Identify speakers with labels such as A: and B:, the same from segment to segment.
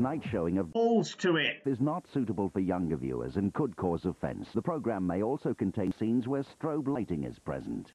A: Night showing of
B: balls to it.
A: is not suitable for younger viewers and could cause offence. The programme may also contain scenes where strobe lighting is present.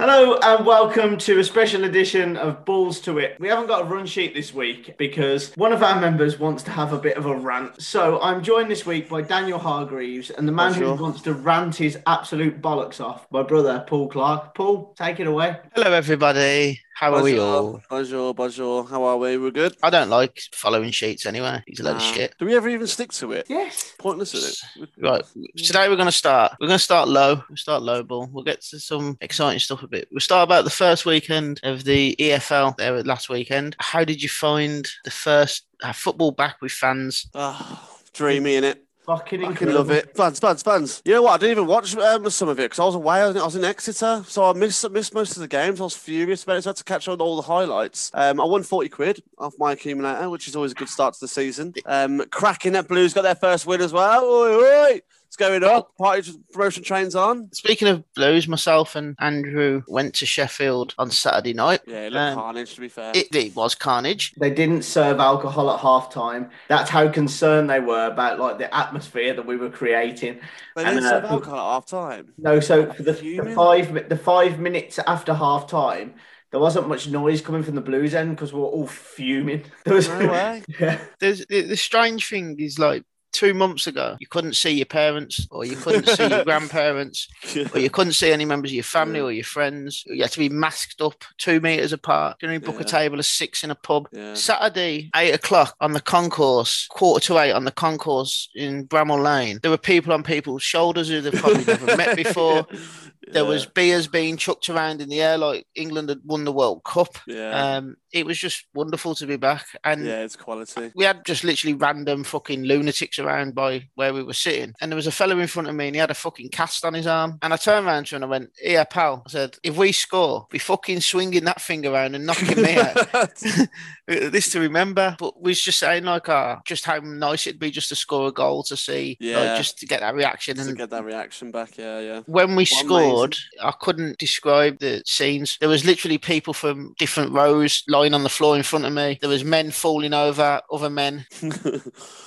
B: Hello and welcome to a special edition of Balls to It. We haven't got a run sheet this week because one of our members wants to have a bit of a rant. So I'm joined this week by Daniel Hargreaves and the man who wants to rant his absolute bollocks off, my brother Paul Clark. Paul, take it away.
C: Hello, everybody. How are we all?
D: Bonjour, bonjour. How are we? We're good.
C: I don't like following sheets anyway. It's a load of
D: Nah.
C: shit.
D: Do we ever even stick to it?
B: Yes.
D: Pointless, isn't it?
C: Right. Today we're going to start. We're going to start low. We'll start low ball. We'll get to some exciting stuff a bit. We'll start about the first weekend of the EFL there at last weekend. How did you find the first uh, football back with fans?
D: Ah, dreamy, innit?
B: Fucking
D: Fucking
B: incredible.
D: love it. Fans, fans, fans. You know what? I didn't even watch um, some of it because I was away. I was in- I was in Exeter, so I missed missed most of the games. I was furious about it. So I had to catch on all the highlights. Um, I won forty quid off my accumulator, which is always a good start to the season. Um, cracking that Blues got their first win as well. Oi, oi. It's going up. Party promotion trains on.
C: Speaking of blues, myself and Andrew went to Sheffield on Saturday night.
D: Yeah, it looked
C: Um,
D: carnage to be fair.
C: It, it was carnage.
B: They didn't serve alcohol at half time. That's how concerned they were about like the atmosphere that we were creating.
D: they
B: and,
D: didn't serve
B: uh,
D: alcohol at half time.
B: No, so for the, the
D: Fuming.
B: five mi- the five minutes after half time, there wasn't much noise coming from the Blues end because we were all fuming. There was,
D: No way.
B: yeah,
C: There's, the, the strange thing is like two months ago, you couldn't see your parents or you couldn't see your grandparents. or you couldn't see any members of your family
D: Yeah.
C: or your friends. You had to be masked up two meters apart. You can only book a
D: Yeah.
C: table of six in a pub.
D: Yeah.
C: Saturday, eight o'clock on the concourse, quarter to eight on the concourse in Bramall Lane. There were people on people's shoulders who they've probably never met before. There was beers being chucked around in the air like England had won the World Cup.
D: yeah,
C: Um, it was just wonderful to be back. And
D: yeah, it's quality.
C: we had just literally random fucking lunatics around by where we were sitting. And there was a fellow in front of me and he had a fucking cast on his arm. And I turned around to him and I went, Yeah, pal. I said, If we score, be fucking swinging that thing around and knocking me out. Uh, this to remember. But we was just saying, like, uh, just how nice it'd be just to score a goal to see, like,
D: Yeah.
C: just to get that reaction.
D: Just to
C: And
D: get that reaction back. Yeah, yeah.
C: when we
D: Amazing.
C: scored, I couldn't describe the scenes. There was literally people from different rows lying on the floor in front of me. There was men falling over, other men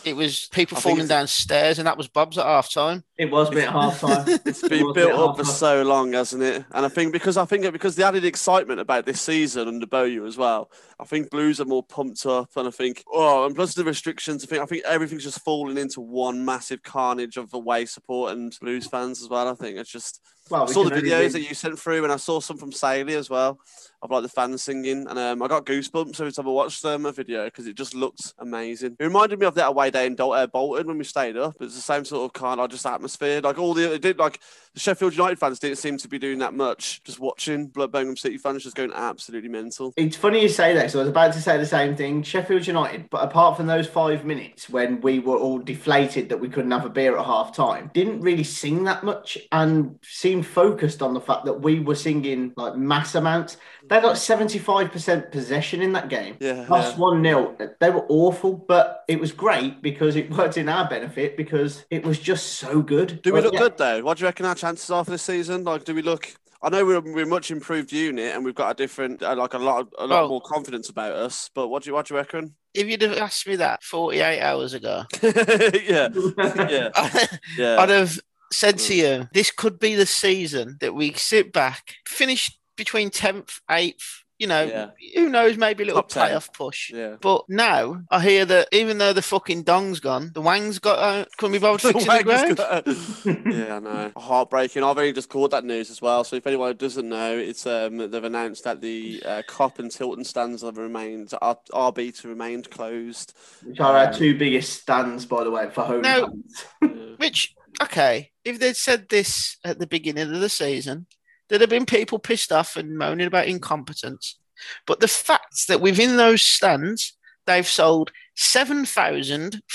C: it was people
D: I think
C: falling
D: it's-
C: downstairs, and that was Bob's at half time.
B: it was a bit half time.
D: it's been built up for so long, hasn't it? And I think because I think because the added excitement about this season under Bowyer as well, I think Blues are more pumped up, and I think oh, and plus the restrictions. I think I think everything's just falling into one massive carnage of away support and Blues fans as well. I think it's just
B: Well,
D: I
B: we
D: saw the
B: can only
D: videos
B: do-
D: that you sent through, and I saw some from Saley as well of like the fans singing, and um, I got goosebumps every time I watched um, a video because it just looked amazing. It reminded me of that away day in Dol- uh, Bolton when we stayed up. It's the same sort of kind of just atmosphere. Like all the it did like the Sheffield United fans didn't seem to be doing that much, just watching. Blood Birmingham City fans just going absolutely mental.
B: It's funny you say that. So I was about to say the same thing. Sheffield United, but apart from those five minutes when we were all deflated that we couldn't have a beer at half time, didn't really sing that much and seemed focused on the fact that we were singing like mass amounts. They got seventy five percent possession in that game.
D: Yeah,
B: Plus
D: yeah.
B: one nil. They were awful, but it was great because it worked in our benefit because it was just so good.
D: Do we
B: Like,
D: look
B: yeah,
D: good though? What do you reckon our chances are for this season? Like, do we look? I know we're we're a much improved unit, and we've got a different, uh, like a lot, a lot
C: Well-
D: more confidence about us. But what do you what do you reckon?
C: If you'd have asked me that 48 hours ago,
D: yeah, yeah, yeah.
C: I'd have said
D: Mm.
C: to you, this could be the season that we sit back, finish between 10th, 8th, you know,
D: Yeah.
C: who knows, maybe a little
D: Top 10.
C: playoff push.
D: Yeah.
C: But now I hear that even though the fucking dong's gone, the wang's got out, couldn't be bothered fixing the ground.
D: yeah, I know. Heartbreaking. I've only just caught that news as well. So if anyone doesn't know, it's um they've announced that the uh, Cop and Tilton stands have remained are, are be to remain closed.
B: Which are our two biggest stands, by the way, for home.
C: No.
B: fans.
D: Yeah.
C: Which, okay, if they'd said this at the beginning of the season, there'd have been people pissed off and moaning about incompetence. But the fact that within those stands, they've sold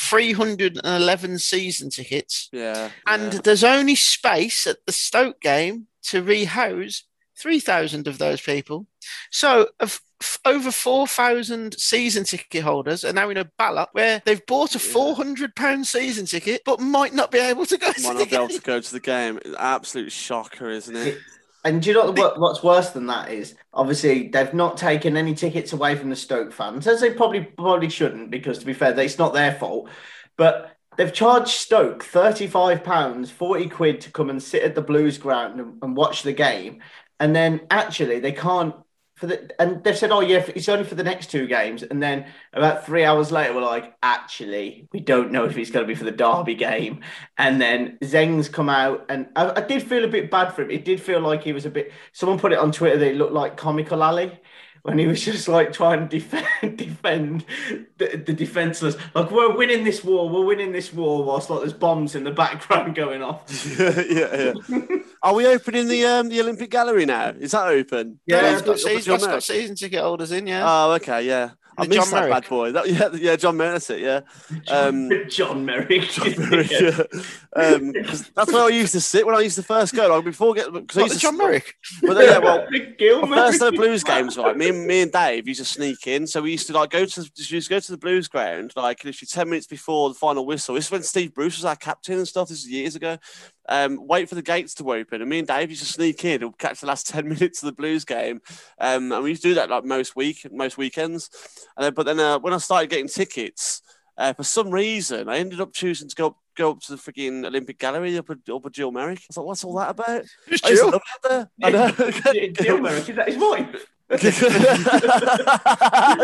C: 7,311 season tickets,
D: Yeah.
C: and
D: yeah.
C: there's only space at the Stoke game to rehouse 3,000 of those people. So, of f- over 4,000 season ticket holders are now in a ballot where they've bought a
D: Yeah.
C: £400 season ticket but might not be able to go to
D: might
C: the
D: not be
C: game.
D: able to go to the game. It's an Absolute shocker, isn't it?
B: And do you know what, what's worse than that is? Obviously, they've not taken any tickets away from the Stoke fans, as they probably probably shouldn't, because to be fair, it's not their fault. But they've charged Stoke thirty-five pounds, forty quid to come and sit at the Blues ground and, and watch the game, and then actually they can't. For the, and they've said, "Oh yeah, it's only for the next two games." And then about three hours later, we're like, "Actually, we don't know if it's going to be for the Derby game." And then Zeng's come out, and I, I did feel a bit bad for him. It did feel like he was a bit. Someone put it on Twitter that he looked like Comical Alley when he was just like trying to defend, defend the, the defenseless. Like we're winning this war, we're winning this war, whilst like there's bombs in the background going off.
D: yeah, yeah, yeah. Are we opening the um, the Olympic Gallery now? Is that open?
B: Yeah,
C: that's
B: it's
C: got,
D: Up
C: season,
D: until
C: that's
D: now?
C: got season ticket holders in, yeah.
D: Oh, okay, yeah. I
C: The John
D: missed that
C: Merrick.
D: bad boy. That, yeah, yeah, John Merrick, that's it, yeah. Um,
B: John Merrick.
D: Merrick, yeah. Um, 'cause that's where I used to sit when I used to first go. Like before, get because I
C: What,
D: used to
C: John
D: sit-
C: Merrick?
D: Well, yeah, well,
B: Gil
D: Well, first the
B: Merrick.
D: Blues games, right? Me and me and Dave used to sneak in, so we used to like go to just used to go to the Blues ground like literally ten minutes before the final whistle. This is when Steve Bruce was our captain and stuff. This is years ago. Um, wait for the gates to open, and me and Dave used to sneak in and catch the last ten minutes of the Blues game. Um, and we used to do that like most week, most weekends. And then, but then uh, when I started getting tickets, uh, for some reason I ended up choosing to go up, go up to the freaking Olympic Gallery up at, up at Jill Merrick. I was like, what's all that about?
C: Who's
D: I used to
C: Jill?
D: love that there. I know.
B: Gil Merrick is that his wife?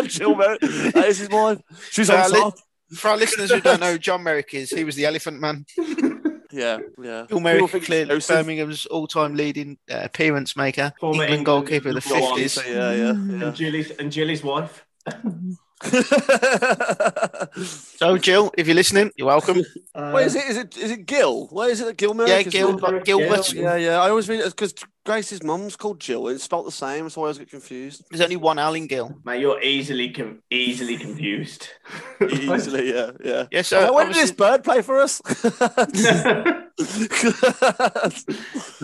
D: Jill Merrick. That is his wife. She's on
C: Well,
D: top.
C: For our listeners who don't know, who John Merrick is he was the Elephant Man.
D: Yeah, yeah.
C: Bill
D: People
C: Merrick,
D: think
C: clearly
D: Joseph-
C: Birmingham's all-time leading uh, appearance maker,
B: Former
C: England
B: England
C: goalkeeper of the
D: Go on,
C: fifties.
D: so Yeah, yeah.
B: And Julie's and Julie's wife.
D: yeah.
C: So, Jill, if you're listening, you're welcome.
B: Uh,
D: What is it? Is it? Is it Gil? Where is it? that Gil Merrick?
C: yeah,
D: is
C: Gil,
D: called?
C: like Gilbert.
B: Gil,
D: Yeah, yeah. I always read it because Grace's mum's called Jill and it's spelled the same, so I always get confused.
C: There's only one Alan Gill.
B: Mate, you're easily com- easily confused.
D: Easily, yeah, yeah.
C: Yeah, so
D: when did this
C: obviously-
D: bird play for us?
B: now,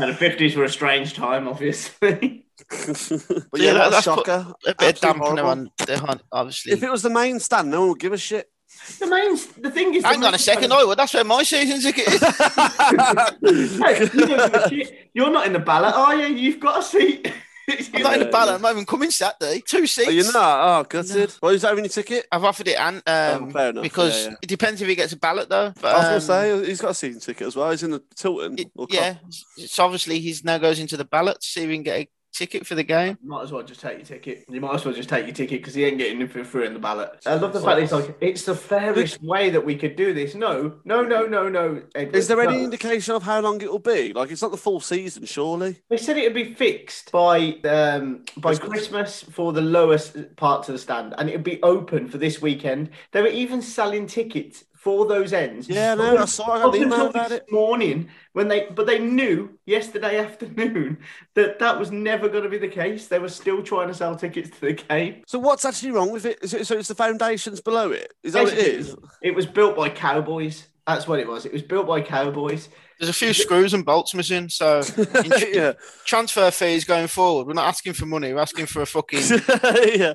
B: the fifties were a strange time, obviously.
D: but
C: Yeah,
D: yeah,
C: that-
D: that's
C: that's put
D: shocker.
C: a bit of
D: Absolutely
C: dampener
D: horrible.
C: on the hunt, obviously.
D: If it was the main stand, no one would give a shit.
B: the main the thing is, the
C: Hang on a
B: main-
C: second, oh, well, that's where my season ticket is.
B: Hey, you don't give a shit. You're not in the ballot, are you? You've got a seat.
C: I'm not in the ballot. I'm not even coming Saturday. Two seats.
D: Oh, you're not? Oh, gutted. Well, is that having your ticket?
C: I've offered it, and um,
D: Oh, fair enough.
C: because
D: Yeah, yeah.
C: it depends if he gets a ballot though. But,
D: I
C: um,
D: was going to say, he's got a season ticket as well. He's in the Tilton.
C: It-
D: or
C: yeah, so obviously he's now goes into the ballot to see if he can get a ticket for the game.
B: Might as well just take your ticket. You might as well just take your ticket because he ain't getting anything through in the ballot. I love the fact that it's like it's the fairest way that we could do this. No, no, no, no, no.
D: Club.
B: Edward,
D: Is there any
B: no.
D: indication of how long it will be? Like, it's not the full season, surely.
B: They said it would be fixed by um, by
D: Christmas.
B: Christmas for the lowest parts of the stand, and it would be open for this weekend. They were even selling tickets for those ends.
D: Yeah,
B: Up
D: no,
B: un-
D: I saw. I
B: Up
D: got an
B: until
D: email
B: this
D: about it.
B: morning, when they but they knew yesterday afternoon that that was never going to be the case. They were still trying to sell tickets to the game.
D: So what's actually wrong with it? Is it so it's the foundations below it? Is that what it
B: Basically,
D: is?
B: It was built by cowboys. That's what it was. It was built by cowboys.
C: There's a few screws and bolts missing, so in-
D: yeah,
C: transfer fees going forward. We're not asking for money. We're asking for a fucking
D: yeah.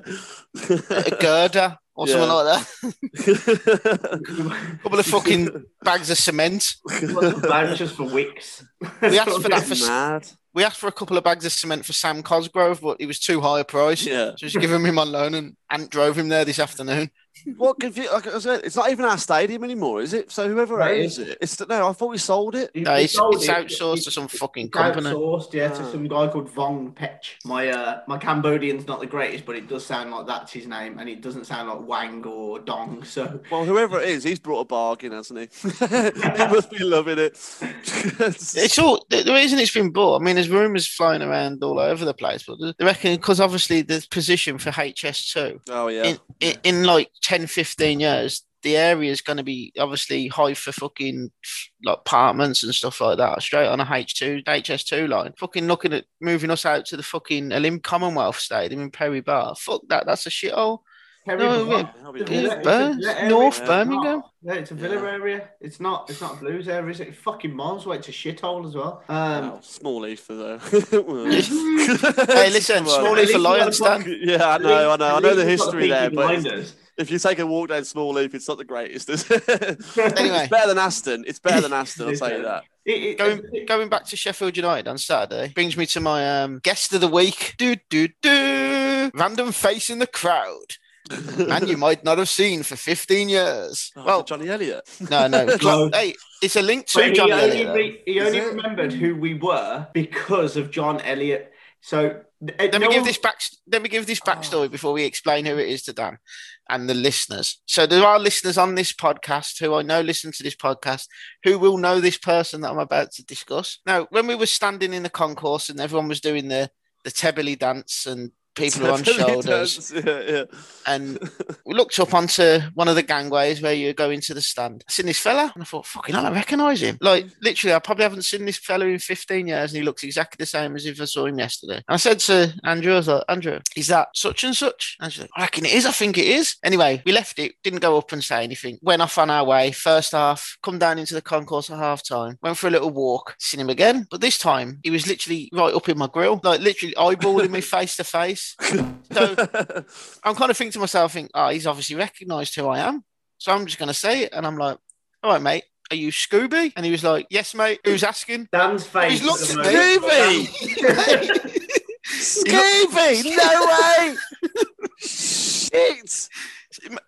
C: a girder or something
D: Yeah.
C: like that.
B: Lots
C: A couple of fucking bags of cement.
B: of vouchers for wicks.
C: We asked for that for s-
D: Mad.
C: we asked for a couple of bags of cement for Sam Cosgrove, but he was too high a price.
D: Yeah.
C: So just giving him on loan, and Ant drove him there this afternoon.
D: What confu- like I said, it's not even our stadium anymore, is it? So whoever
B: Right.
D: owns it, it's no. I thought we sold it.
B: He-
C: No,
B: he
C: it's,
B: sold
C: it's
B: it.
C: Uh, outsourced
B: He-
C: to some fucking
B: Company.
C: company.
B: Outsourced, yeah, to
D: Ah.
B: some guy called Vong Pech. My uh, my Cambodian's not the greatest, but it does sound like that's his name, and it doesn't sound like Wang or Dong. So
D: Well, whoever it is, he's brought a bargain, hasn't he? he must be loving it.
C: It's all the, the reason it's been bought. I mean, there's rumours flying around all over the place, but they reckon because obviously the position for HS2
D: oh yeah,
C: in, in, in like 10, 15 years, the area is going to be obviously high for fucking like apartments and stuff like that, straight on a H2, HS2 line. Fucking looking at moving us out to the fucking Olymp Commonwealth Stadium in Perry Bar. Fuck that, that's a shithole.
B: Kerry
C: No,
B: Blues.
D: Hell,
B: The
D: yeah.
C: Blues
B: Villa- it's a
C: Burns,
B: Villa area,
C: North
B: it's not.
C: Birmingham.
B: No, it's a Villa
D: Yeah.
B: area. It's not. It's not a Blues area, is it? It's fucking miles away. It's a shithole as well.
D: Wow,
B: Um,
D: small E for though.
C: Hey,
D: hey,
C: listen, small E
B: At least
C: for Lions,
B: we've got a
C: Dan.
D: Yeah, I know, I know, I know the
B: Leeds has got
D: history there,
B: Peaky
D: but it's-
B: Blinders.
D: if you take a walk down Small Leaf, it's not the greatest. is it? it's
C: Anyway.
D: better than Aston. It's better than Aston. I'll
B: It's
D: tell you
B: better.
D: that.
B: It- it-
C: Going going back to Sheffield United on Saturday brings me to my um, guest of the week. Do do do. Random face in the crowd, man you might not have seen for 15 years.
D: Oh,
C: Well,
D: Johnny Elliott.
C: no, no.
B: No.
C: Hey, it's a link to
B: But he
C: John
D: uh,
B: only,
C: Elliott. though.
B: re- he
E: Is
B: only
E: it?
B: remembered who we were because of John Elliott. So th-
C: Let
B: no
C: me give
B: one- Oh.
C: this back. Let me give this backstory before we explain who it is to Dan and the listeners. So there are listeners on this podcast who I know listen to this podcast who will know this person that I'm about to discuss. Now, when we were standing in the concourse and everyone was doing the the Tebily dance and people are on
D: Definitely
C: shoulders,
D: does. Yeah,
C: and we looked up onto one of the gangways where you go into the stand. I seen this fella, and I thought, fucking hell, I recognise him. Like, literally, I probably haven't seen this fella in 15 years, and he looks exactly the same as if I saw him yesterday. And I said to Andrew, I was like, Andrew, is that such and such? And she's like, I reckon it is, I think it is. Anyway, we left it, didn't go up and say anything. Went off on our way, first half, come down into the concourse at half time, went for a little walk, seen him again. But this time, he was literally right up in my grill, like, literally eyeballing me face to face. So,
D: yeah.
C: I'm kind of thinking to myself, think, oh, he's obviously recognised who I am, so I'm just going to say it. And I'm like, all right, mate, are you Scooby? And he was like, yes, mate. Who's asking?
B: Dan's face.
C: He's looked
B: the
C: at
B: moment-
D: me. Scooby, no way. Shit.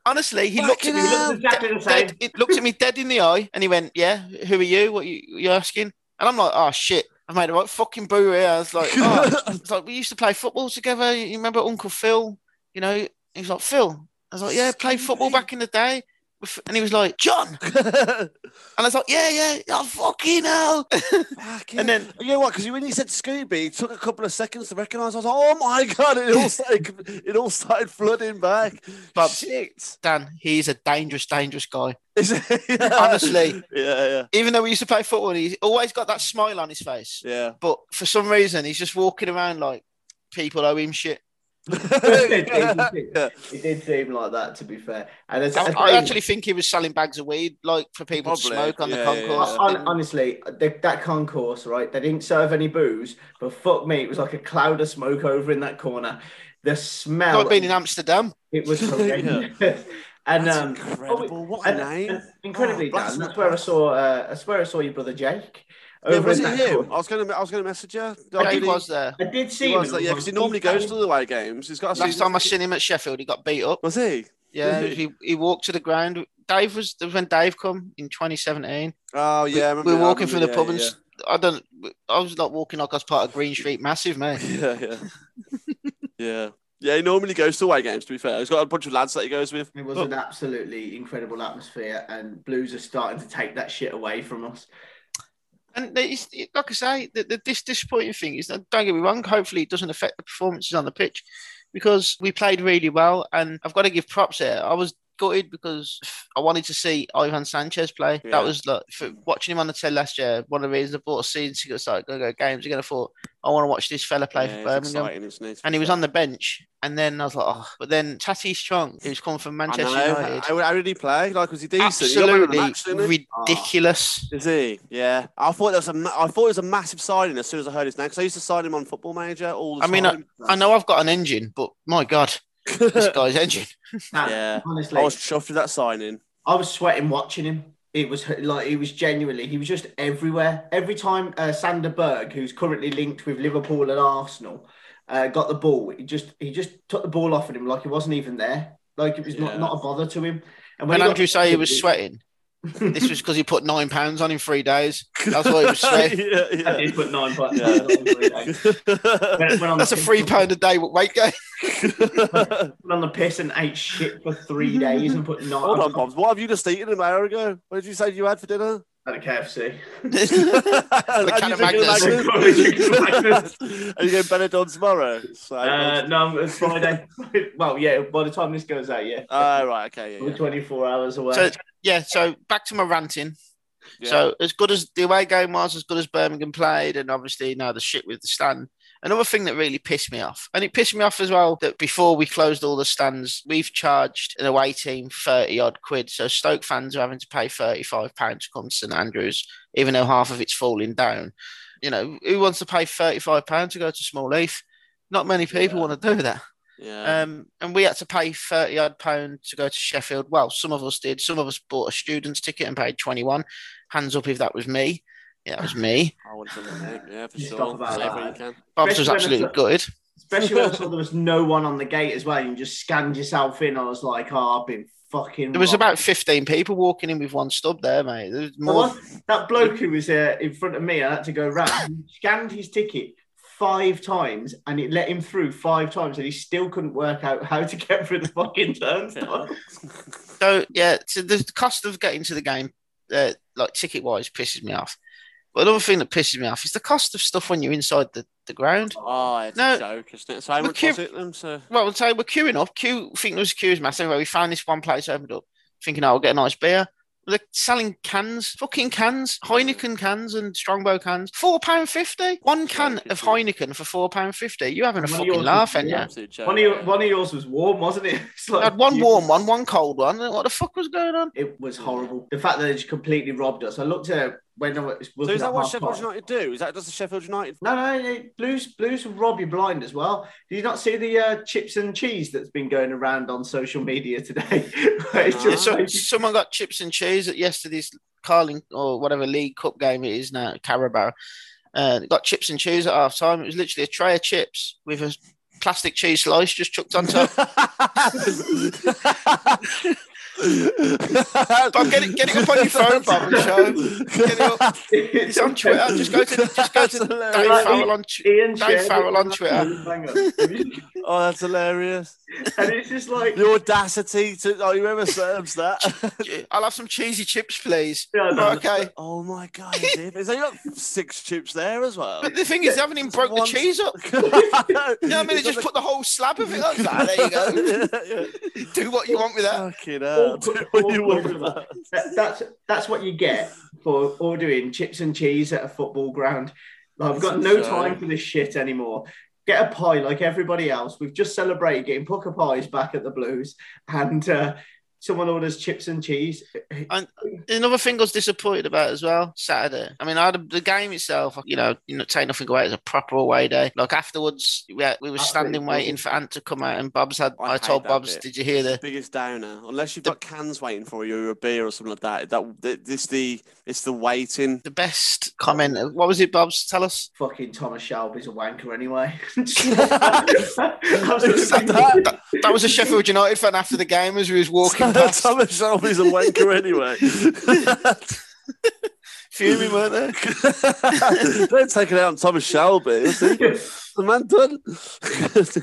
C: Honestly, he looked at me.
B: He looks exactly the same.
C: Dead, it looked at me dead in the eye, and he went, "Yeah, who are you? What you you asking?" And I'm like, "Oh shit." I made a right fucking boo here. I was like, oh. I was like, we used to play football together. You remember Uncle Phil? You know, he was like, Phil. I was like, yeah, played football back in the day. And he was like, John. And I was like, yeah, yeah, oh, fucking hell. And
D: and
C: then-
D: then you know what? Because when you said Scooby, it took a couple of seconds to recognise. I was like, "Oh my god!" It all started, it all started flooding back.
C: But-
D: Shit.
C: Dan, he's a dangerous, dangerous guy.
D: Is it-
C: Honestly.
D: yeah, yeah,
C: Even though we used to play football, he's always got that smile on his face.
D: yeah.
C: But for some reason, he's just walking around like people owe him shit.
D: yeah.
B: It did seem like that, to be fair. And it's,
C: I,
B: it's-
C: I actually think he was selling bags of weed, like for people to
D: Probably,
C: smoke on the
D: yeah, yeah,
C: concourse.
D: yeah.
B: uh, hon- honestly, the, that concourse, right? They didn't serve any booze, but fuck me, it was like a cloud of smoke over in that corner. The
C: Like
B: smell,
C: being in Amsterdam.
B: it was
D: Yeah.
B: horrendous. and
D: That's
B: um,
D: incredible.
C: oh,
D: what a
B: And-
D: name.
B: and incredibly,
D: Oh,
B: Dan.
D: blast from
B: That's
D: the
B: where I
D: past.
B: saw. Uh, that's where I saw your brother Jake.
D: Yeah,
B: over
D: was
B: in
D: it
B: that
D: you?
B: corner.
D: I was gonna, I was gonna message you.
C: Jake
D: I
C: was there.
B: I did see
D: He
B: him.
D: was like, yeah, because he normally goes to the away games. He's got a
C: Last
D: season
C: time I
D: ticket.
C: seen him at Sheffield, he got beat up.
D: Was he?
C: Yeah,
D: Really?
C: he, he walked to the ground. Dave was that was when Dave come in 2017.
D: Oh
C: We-
D: yeah, I remember
C: we were
D: that. I
C: walking through the
D: remember-
C: pub and s- I don't. I was like walking like I was part of Green Street Massive, man.
D: yeah, yeah, yeah. yeah. Yeah, he normally goes to away games. To be fair, he's got a bunch of lads that he goes with.
B: It was an absolutely incredible atmosphere, and Blues are starting to take that shit away from us.
C: And it's, it- like I say, the, the dis- disappointing thing is that don't get me wrong. Hopefully, it doesn't affect the performances on the pitch because we played really well. And I've got to give props there. I was gutted because I wanted to see Ivan Sanchez play.
D: Yeah.
C: That was like for watching him on the telly last year. One of the reasons I bought a season ticket so I could go to games again. I thought I want to watch this fella play
D: Yeah,
C: for
D: it's
C: Birmingham.
D: exciting, isn't it?
C: And he was on the bench. And then I was like, oh. But then Tati Strong, who's come from
D: I
C: Manchester
D: know.
C: United,
D: How, how did he play? Like, was he decent? He got man of the
C: absolutely
D: match, didn't he?
C: ridiculous.
D: Is he? Yeah. I thought that was a ma- I thought it was a massive signing as soon as I heard his name because I used to sign him on Football Manager all the
C: I
D: time.
C: mean, I know I've got an engine, but my God, this guy's engine.
B: Dan,
D: Yeah.
B: honestly,
D: I was chuffed with that signing.
B: sweating watching him. It was h- like he was genuinely, he was just everywhere. Every time uh, Sander Berg, who's currently linked with Liverpool and Arsenal, uh, got the ball, he just he just took the ball off of him like he wasn't even there, like it was
D: Yeah.
B: not, not a bother to him. And
C: When
B: he got-
C: Andrew say he was sweating, this was because he put nine pounds on in three days. That's why he was sweating.
B: I
D: yeah,
B: did put nine points.
D: Yeah. yeah.
C: That's a three pound a day weight gain.
B: Went on the piss and ate shit for three days and put nine
D: Hold on, Bobs. What have you just eaten an hour ago? What did you say you had for dinner?
B: at a KFC.
D: a
C: can of Magnus.
D: Are you going Benidorm tomorrow? So,
B: Uh, no, it's Friday. well, yeah. By the time this goes out, yeah,
D: oh, right, okay, yeah,
B: we're
D: yeah.
B: 24 hours away.
C: So yeah, so back to my ranting.
D: yeah.
C: So as good as the away game was, as good as Birmingham played, and obviously now the shit with the stand. Another thing that really pissed me off, and it pissed me off as well, that before we closed all the stands, we've charged an away team 30 odd quid. So Stoke fans are having to pay £35 to come to St Andrews, even though half of it's falling down. You know, who wants to pay £35 to go to Small Leaf? Not many people
D: Yeah.
C: want to do that.
D: Yeah.
C: Um, and we had to pay thirty odd pound to go to Sheffield. Well, some of us did. Some of us bought a student's ticket and paid twenty one. Hands up if that was me. Yeah, that was me.
D: I would have done the same, Yeah, for
B: Just
D: sure.
B: talk about
D: Save what
B: that.
D: you can.
C: Bob's was
B: Especially when
C: absolutely
B: it's
C: good.
B: Especially when I saw there was no one on the gate as well. and You just scanned yourself in. I was like, oh, I've been fucking.
C: There was
B: robbed.
C: about fifteen people walking in with one stub there, mate. There was
B: There
C: more.
B: was- that bloke who was uh, in front of me. I had to go round. He scanned his ticket five times and it let him through five times, and he still couldn't work out how to get through the fucking turnstile.
C: So yeah, so the cost of getting to the game, uh, like ticket wise, pisses me off. But another thing that pisses me off is the cost of stuff when you're inside the, the ground.
D: Oh, it's
C: No.
D: a joke, isn't it? So how
C: Look
D: much
C: here.
D: was it then? So
C: Well, so we're queuing up. Queue, thinking there was queues massive. Anyway, we found this one place opened up, thinking, oh, I'll get a nice beer. They're selling cans, fucking cans, Heineken cans and Strongbow cans, four pound fifty. One can of Heineken for four pound fifty. You having
B: One
C: a
B: of
C: fucking
B: yours
C: laugh,
B: is
C: ain't you?
B: warm.
D: absolute joke.
B: One of, your,
D: yeah.
B: one of yours was warm, wasn't it? It's
C: I
B: like-
C: had one
B: you-
C: warm one, one cold one. What the fuck was going on?
B: It was horrible. The fact that they just completely robbed us. I looked at when I was.
D: So
B: looking
D: is
B: at
D: that what
B: half
D: Sheffield
B: time.
D: United do? Is that does the Sheffield United?
B: No, no, no, Blues, Blues will rob you blind as well. Did you not see the uh, chips and cheese that's been going around on social media today? it's
D: Yeah,
C: Yeah,
B: just
C: so someone got chips and cheese at yesterday's Carling or whatever League Cup game it is now, Carabao. Uh, got chips and cheese at half time. It was literally a tray of chips with a plastic cheese slice just chucked on top.
D: Bob,
C: get it- get it up on your phone, Bob, and show. Get it up. It's
B: it's
C: on Twitter. Just go to just go to Dave
D: Absolutely.
C: Farrell on Tw-
B: Ian
C: Dave
B: shared
C: Farrell
B: it.
C: on Twitter.
B: Hang on.
D: Oh, that's hilarious!
B: and it's just like,
D: The audacity to oh, whoever serves that.
C: I'll have some cheesy chips, please.
B: Yeah, no,
C: Oh, okay.
D: oh my god, is there- is there not six chips there as well?
C: But the thing is, they haven't even broke the
D: One-
C: cheese up. You know what I mean? They just put the whole slab of it on. Like, there you go. Do what you want with that.
D: Fucking hell. Do what uh, you want with that.
B: that- that's that's what you get for ordering chips and cheese at a football ground. Like, I've got
D: That's
B: no
D: insane.
B: time for this shit anymore. Get a pie like everybody else. We've just celebrated getting pucker pies back at the Blues, and uh, someone orders chips and cheese.
C: Another thing I was disappointed about as well, Saturday. I mean, I had the game itself, you know, you know, take nothing away. It was a proper away day. Like afterwards, we, had, we were
B: Absolutely
C: standing waiting for Ant to come out, and Bob's had.
D: I
C: I, told
D: hate that
C: Bob's,
D: bit.
C: did you hear the?
D: Biggest downer, unless you've
C: The-
D: got cans waiting for you or a beer or something like that. That th- this the it's the waiting.
C: The best comment. What was it, Bob's? Tell us.
B: Fucking Thomas Shelby's a wanker anyway.
D: that-
B: Absolutely.
C: That was a Sheffield United fan after the game as we was walking past.
D: Thomas Shelby's a wanker anyway.
C: Fuming, weren't they?
D: Don't take it out on Thomas Shelby. Is he? The man done.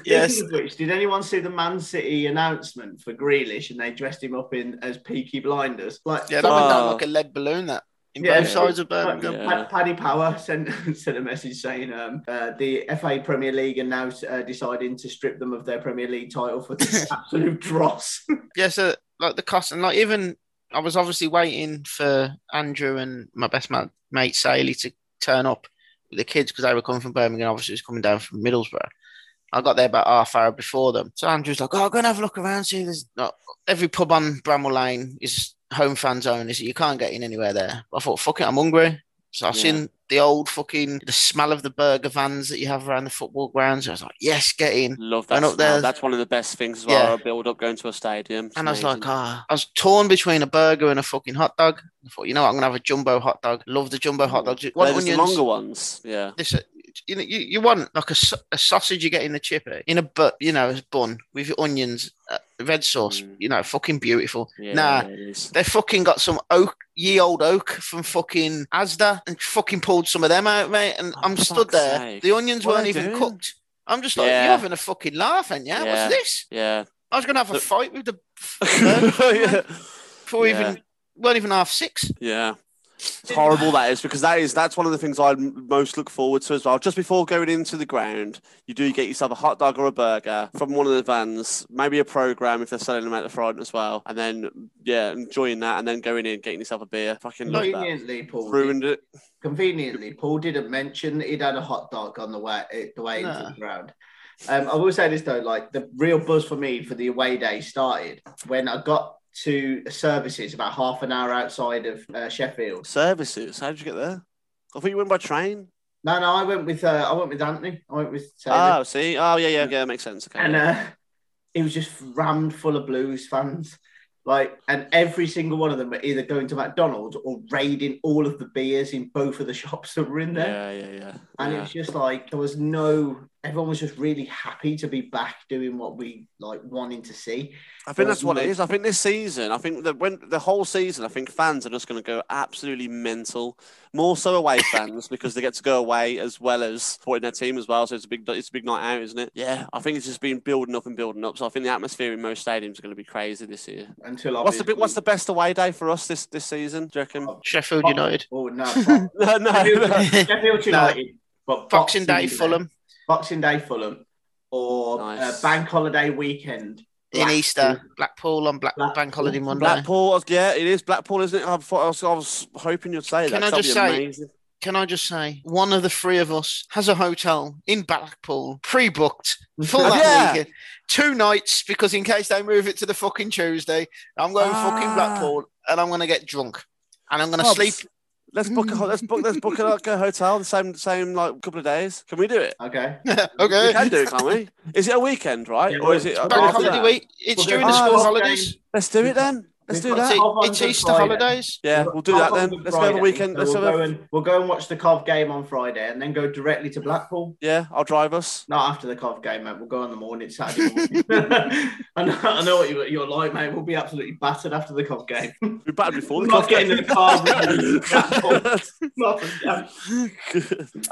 C: Yes.
B: Speaking of which, did anyone see the Man City announcement for Grealish and they dressed him up in as Peaky Blinders? Like,
C: Yeah, that went down
D: Oh.
C: like a lead balloon. That in
B: Yeah.
C: both sides of
B: like,
C: Birmingham.
D: Um, Yeah.
B: Pa- Paddy Power sent sent a message saying um, uh, the FA Premier League are now uh, deciding to strip them of their Premier League title for this absolute dross.
C: yeah, so like the cost and like even I was obviously waiting for Andrew and my best ma- mate Saley to turn up with the kids because they were coming from Birmingham. Obviously, it was coming down from Middlesbrough. I got there about half hour before them. So Andrew's like, "Oh, go and have a look around. See, if there's not every pub on Bramwell Lane is home fans only, so you can't get in anywhere there." I thought, "Fuck it, I'm hungry." So I've
D: Yeah.
C: seen the old fucking the smell of the burger vans that you have around the football grounds. I was like, "Yes, get in."
D: Love
C: Went
D: that. smell.
C: up there.
D: That's one of the best things as well.
C: Yeah.
D: A build up going to a stadium. It's
C: And I was
D: amazing.
C: like, ah, I was torn between a burger and a fucking hot dog. I thought, you know what, I'm gonna have a jumbo hot dog. Love the jumbo hot dog. Just-
D: They're
C: Want
D: just the
C: onions.
D: longer ones. Yeah.
C: This, uh, you know, you, you want like a, sa- a sausage you get in the chipper in a but you know a bun with your onions, uh, red sauce.
D: Mm.
C: You know, fucking beautiful.
D: yeah
C: nah,
D: it is.
C: they fucking got some oak, ye old oak from fucking Asda and fucking pulled some of them out, mate. And
D: Oh,
C: I'm
D: for
C: stood
D: fuck's
C: there.
D: sake.
C: The onions
D: What are
C: weren't
D: they
C: even
D: doing?
C: cooked. I'm just like,
D: Yeah.
C: you're having a fucking laugh, and yeah,
D: Yeah.
C: what's this?
D: Yeah.
C: I was gonna have a
D: The-
C: fight with the
D: yeah.
C: before we
D: Yeah.
C: even weren't even half six.
D: Yeah. It's horrible that is because that is that's one of the things I m- most look forward to as well. Just before going into the ground, you do get yourself a hot dog or a burger from one of the vans, maybe a program if they're selling them at the front as well, and then yeah, enjoying that, and then going in getting yourself a beer. Fucking love that.
B: Conveniently, Paul. did-
D: Ruined it.
B: Conveniently, Paul didn't mention he'd had a hot dog on the way eh, the way into
C: No.
B: the ground. Um, I will say this though, like the real buzz for me for the away day started when I got to services about half an hour outside of uh, Sheffield.
D: Services. How did you get there? I thought you went by train.
B: No, no, I went with uh, I went with Anthony. I went with uh, Taylor.
D: Oh, see. Oh, yeah, yeah, yeah. Makes sense. Okay.
B: and uh, it was just rammed full of blues fans. Like, and every single one of them were either going to McDonald's or raiding all of the beers in both of the shops that were in there.
D: yeah, yeah, yeah.
B: And
D: yeah.
B: it was just like there was no. Everyone was just really happy to be back doing what we like wanting to see.
D: I think that's what it
B: Wasn't it?
D: is. I think this season, I think that when the whole season, I think fans are just going to go absolutely mental. More so away fans because they get to go away as well as supporting their team as well. So it's a big, it's a big night out, isn't it? Yeah, I think it's just been building up and building up. So I think the atmosphere in most stadiums are going to be crazy this year.
B: Until
D: What's the
B: obviously-
D: big, what's the best away day for us this this season? Do you reckon?
B: Oh,
C: Sheffield
B: Oh.
C: United.
B: Oh no! Bo-
D: No, no, no.
B: Sheffield United, but
C: Boxing Day, Fulham.
B: Boxing Day, Fulham, or
D: Nice.
B: uh, Bank Holiday weekend
C: In
B: Blackpool.
C: Easter, Blackpool on Black
B: Blackpool.
C: Bank Holiday Monday.
D: Blackpool. Yeah, it is Blackpool, isn't it? I thought I was, I was hoping you'd say that.
C: Can I
D: 'cause that'd
C: just
D: be
C: say-
D: amazing.
C: Can I just say, one of the three of us has a hotel in Blackpool, pre-booked for that
D: Yeah.
C: weekend, two nights because in case they move it to the fucking Tuesday, I'm going fucking
D: Ah.
C: Blackpool and I'm going to get drunk and I'm going to
D: Bobs,
C: sleep.
D: Let's book a ho- let's book let's book a, like, a hotel the same same like couple of days. Can we do it?
B: Okay.
D: We can
C: okay,
D: do it, can't we? Is it a weekend, right?
B: Yeah,
D: or is it
B: it's
D: after
C: Bank
B: After
C: Holiday
D: that?
B: that.
C: week. It's
B: Well,
C: during
D: there
C: the
D: is
C: school
B: Boxing Day.
C: holidays.
D: Let's do it then. Let's do
B: We've got
D: that.
B: Cov on
C: It's
B: the
C: Easter
B: Friday.
C: holidays.
D: Yeah,
B: We've got
D: we'll do that
B: Cov on
D: then.
B: the
D: Let's go have a
B: Friday,
D: weekend.
B: so
D: Let's
B: we'll,
D: have
B: go
D: a,
B: and, we'll go and watch the Cov game on Friday and then go directly to Blackpool.
D: yeah, I'll drive us.
B: Not after the Cov game, mate. We'll go on the morning, Saturday morning. I, know, I know what you, you're like, mate. We'll be absolutely battered after the Cov game.
D: We batted before the
B: We're not
D: Cov game.
B: getting in the car, we're Not a chance.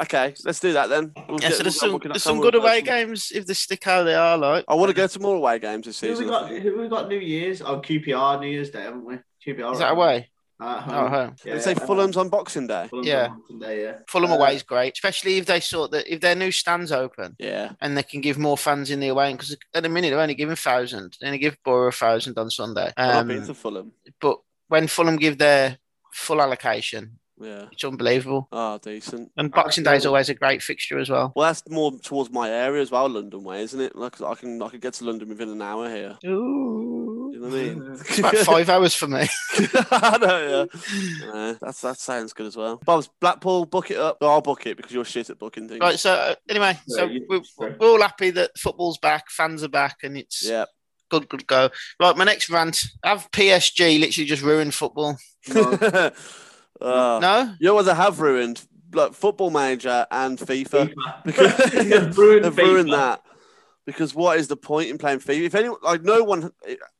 D: okay, let's do that then. We'll
C: Yeah,
D: get-
C: so there's
D: we'll
C: some,
D: book it up
C: there's some
D: somewhere
C: good away
D: personal.
C: games if they stick how they are. Like
D: I want to go to more away games this
B: who we
D: season. I
B: got?
D: think.
B: Who we got? New Year's? Oh, QPR New Year's Day, haven't we? QPR.
C: is that away?
B: Uh, at home.
C: Oh, at home.
B: Yeah,
D: they say
B: uh,
D: Fulham's on Boxing Day.
B: Fulham's
C: Yeah.
B: on Sunday, yeah.
C: Fulham
B: Uh,
C: away is great, especially if they sort that if their new stands open.
D: Yeah,
C: and they can give more fans in the away because at the minute they're only giving thousand. They only give Borough a thousand on Sunday.
D: I've been
C: Um,
D: to Fulham.
C: but when Fulham give their full allocation,
D: Yeah.
C: it's unbelievable.
D: Ah, decent.
C: And Boxing Day is always a great fixture as well.
D: Well, that's more towards my area as well, London way, isn't it? Like I can I can get to London within an hour here. You know what I mean?
C: It's about five hours for me.
D: I know, yeah. Uh, that's that sounds good as well. Bob's Blackpool, book it up. I'll book it because you're shit at booking things.
C: Right. So uh, anyway, so
B: Yeah, you-
C: we- we're all happy that football's back, fans are back, and it's
D: Yeah.
C: good, good go. Right. My next rant: Have PSG literally just ruined football?
B: No.
D: Uh,
B: Oh.
C: No.
D: You know what they have ruined? Like football manager and FIFA. Because
B: They've ruined
D: They've ruined
B: FIFA.
D: that. Because what is the point in playing FIFA? If anyone, like no one,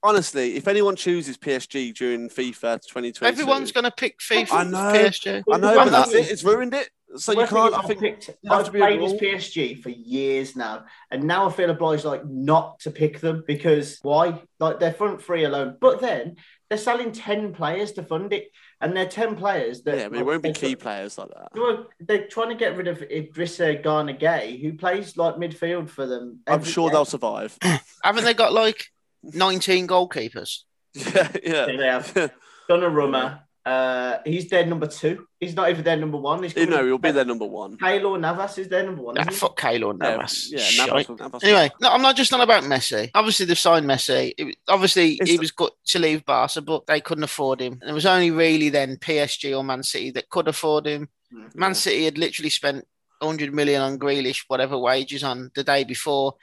D: honestly, if anyone chooses PSG during FIFA 2022,
C: Everyone's going to pick FIFA.
D: I know.
C: PSG.
D: I know,
B: Well,
D: but that's
B: that's-
D: it. It's ruined it. So
B: Well,
D: you
B: the thing
D: can't.
B: is,
D: I think
B: picked,
D: have
B: I've
D: to be a
B: played as
D: rule.
B: PSG for years now, and now I feel obliged, like, not to pick them because why? Like, they're front three alone, but then they're selling ten players to fund it, and they're ten players that
D: yeah, but it won't be
B: they've got-
D: key players like that.
B: Well, They're trying to get rid of Idrissa Garner Gay, who plays like midfield for them.
D: I'm
B: every
D: sure
B: game.
D: they'll survive.
C: Haven't they got like nineteen goalkeepers?
D: yeah,
B: Yeah,
D: yeah.
B: they have. Donnarumma, uh, he's their number two. He's not even their number one. He's
D: you know, he'll be their number one.
B: Taylor Navas is their number one.
C: Nah,
B: isn't he?
C: fuck Kaylor
D: Mm-hmm. Yeah,
C: Navas.
D: yeah,
C: Shite.
D: Navas will- Navas will-
C: Anyway, no, I'm not just not about Messi. Obviously, they've signed Messi. It, was- obviously,
D: It's
C: he
D: the-
C: was good to leave Barca, but they couldn't afford him. And it was only really then PSG or Man City that could afford him.
B: Mm.
C: Man City had literally spent 100 million on Grealish, whatever wages on the day before.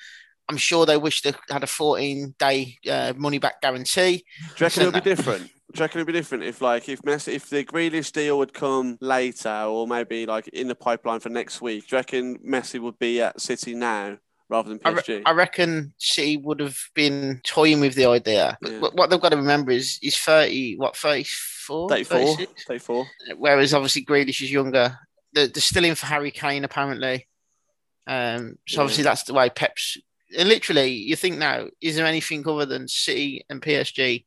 C: I'm sure they wish they had a 14 day uh, money back guarantee.
D: Do you reckon it'll be
C: Send
D: different? Do you reckon it'll be different if, like, if Messi, if the Grealish deal would come later, or maybe like in the pipeline for next week? Do you reckon Messi would be at City now rather than
C: I, re-
D: PSG?
C: I reckon City would have been toying with the idea. But
D: Yeah.
C: what- What they've got to remember is he's 30, what, 34?
D: 34,
C: 36?
D: 34.
C: whereas obviously Grealish is younger. They're, they're still in for Harry Kane apparently. Um, so
D: Yeah.
C: obviously that's the way Pep's. And literally, you think now, is there anything other than City and PSG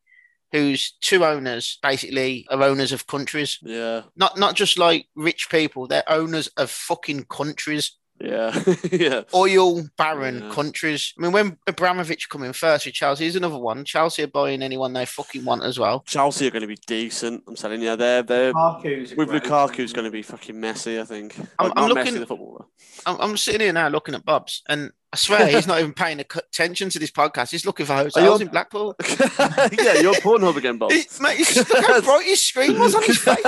C: whose two owners basically are owners of countries.
D: Yeah.
C: Not not just like rich people, they're owners of fucking countries,
D: Yeah. yeah.
C: oil baron
D: Yeah.
C: countries. I mean, when Abramovich come in first with Chelsea, he's another one. Chelsea are buying anyone they fucking want as well.
D: Chelsea are going to be decent. I'm telling you, they're they're
B: Lukaku's a
D: with
B: great-
D: Lukaku's going to be fucking messy. I think.
C: I'm-
D: Like,
C: I'm
D: not
C: looking-
D: Messi, the footballer.
C: I'm, I'm sitting here now looking at Bob's, and I swear he's not even paying ac- attention to this podcast. He's looking for hotels
D: on- Oh.
C: in Blackpool.
D: yeah, you're Pornhub again, Bob.
C: He, mate, he's- look how bright his screen was on his face.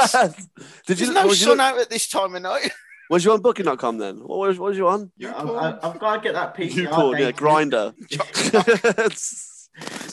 D: Did you
C: There's no
D: was you-
C: sun out at this time of night.
D: Was you on Booking.com then? What was, what was you on?
B: Yeah, I've, I've- I've got to get that
D: You
B: PCR.
D: porn, yeah,
B: data.
D: Grinder.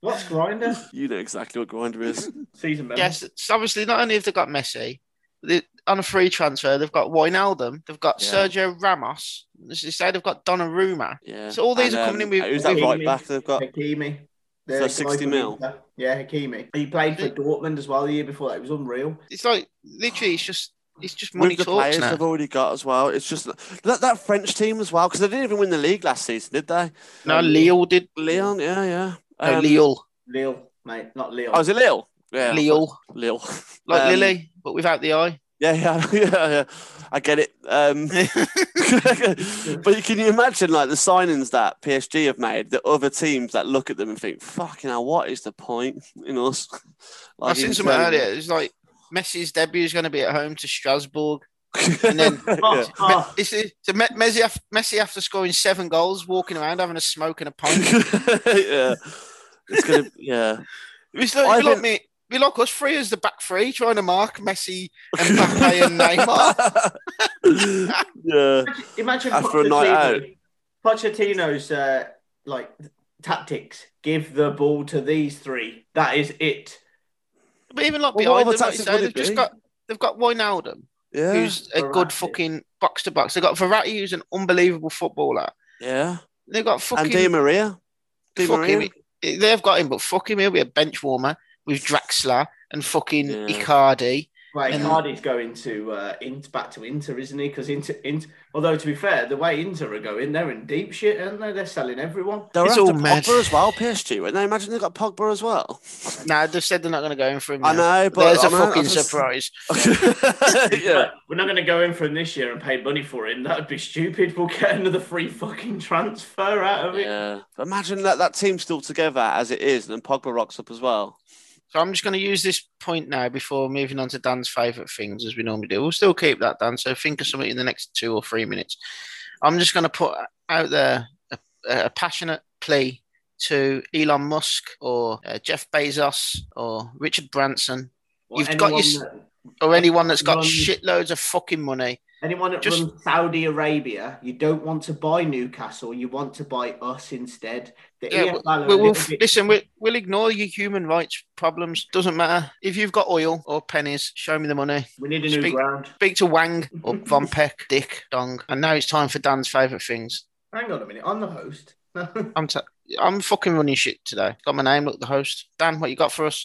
B: What's grinder?
D: you know exactly what Grinder is.
B: Season member.
C: Yes, it's obviously not only have they got Messi, they, on a free transfer they've got Wijnaldum, they've got
D: Yeah.
C: Sergio Ramos. As you say, they've got Donnarumma.
D: Yeah. um,
C: So all these are coming in with-
D: Who's that
B: Hakimi.
D: right back they've got?
B: Hakimi.
D: So
B: The
D: 60
B: guy from
D: mil.
B: Inter. Yeah, Hakimi. He played for Dortmund as well the year before. That It was unreal.
C: It's like literally, it's just it's just money
D: With the
C: talks
D: players
C: now.
D: they've already got as well. It's just that, that French team as well, because they didn't even win the league last season, did they?
C: No, Lille did.
D: Leon, yeah, yeah.
C: No,
D: Um,
C: Lille,
B: Lille, mate, not Lille.
D: Oh, is it Lille? Yeah.
C: Lille,
D: Lille.
C: like
D: Um,
C: Lily, but without the eye.
D: Yeah, yeah, yeah, yeah. I get it. Um, but can you imagine like the signings that PSG have made? The other teams that look at them and think, "Fucking hell, what is the point in us?" Like,
C: I've seen
D: it's
C: something
D: terrible.
C: earlier. It's like Messi's debut is going to be at home to Strasbourg. And then-
D: Yeah.
B: Oh,
C: It's, it's, so Me- Messi, af- Messi, after scoring seven goals, walking around having a smoke and a pint.
D: yeah, it's gonna. Yeah,
C: It's like,
D: I
C: it'd be like
D: think-
C: me. it'd Be like us three as the back three trying to mark Messi and Mbappe and Neymar.
D: yeah,
B: Imagine
D: After a night out.
B: Pochettino- Pochettino's uh, like tactics. Give the ball to these three. That is it.
C: But even like
D: Well, what
C: behind
D: other
C: them, like you
D: tactic
C: say,
D: would it
C: they've just
D: be?
C: got they've got Wijnaldum,
D: yeah,
C: who's a good
B: Verratti.
C: fucking box to box. They've got Verratti, who's an unbelievable footballer.
D: yeah.
C: They've got
D: And Di
C: fucking
D: Maria, Di
C: fuck
D: Maria.
C: him. They've got him, but fuck him, he'll be a bench warmer with Draxler and fucking
D: Yeah.
C: Icardi.
B: Right,
C: And-
B: Icardi's going to uh, Inter, back to Inter, isn't he? Because Inter, Inter, although to be fair, the way Inter are going, they're in deep shit, aren't they? They're selling everyone.
D: They're
C: It's
D: after
C: all mad.
D: Pogba as well, PSG. Right? Now imagine they've got Pogba as well.
C: Nah, they've said they're not going to go in for him.
D: I
C: now.
D: know, but
C: There's
D: I
C: a
D: know, I
C: fucking
D: just-
C: surprise.
D: yeah.
B: We're not going to go in for him this year and pay money for him. That would be stupid. We'll get another free fucking transfer out of it.
D: Yeah. Imagine that that team's still together as it is, and then Pogba rocks up as well.
C: So I'm just going to use this point now before moving on to Dan's favourite things, as we normally do. We'll still keep that, Dan. So think of something in the next two or three minutes. I'm just going to put out there a, a passionate plea to Elon Musk or uh, Jeff Bezos or Richard Branson
B: Or
C: You've got
B: anyone
C: your-
B: that-
C: or anyone that's got
B: Elon-
C: shitloads of fucking money.
B: Anyone that
C: Just-
B: runs Saudi Arabia, you don't want to buy Newcastle, you want to buy us instead. The
C: Yeah,
B: EFL are a
C: We'll, we'll,
B: little bit-
C: listen, we'll, we'll ignore your human rights problems. Doesn't matter. If you've got oil or pennies, show me the money.
B: we need a new
C: speak-
B: ground.
C: Speak to Wang or Von Peck, Dick, Dong. And now it's time for Dan's favourite things.
B: Hang on a minute, I'm the host.
C: I'm t- I'm fucking running shit today. Got my name. Look, the host. Dan, what you got for us?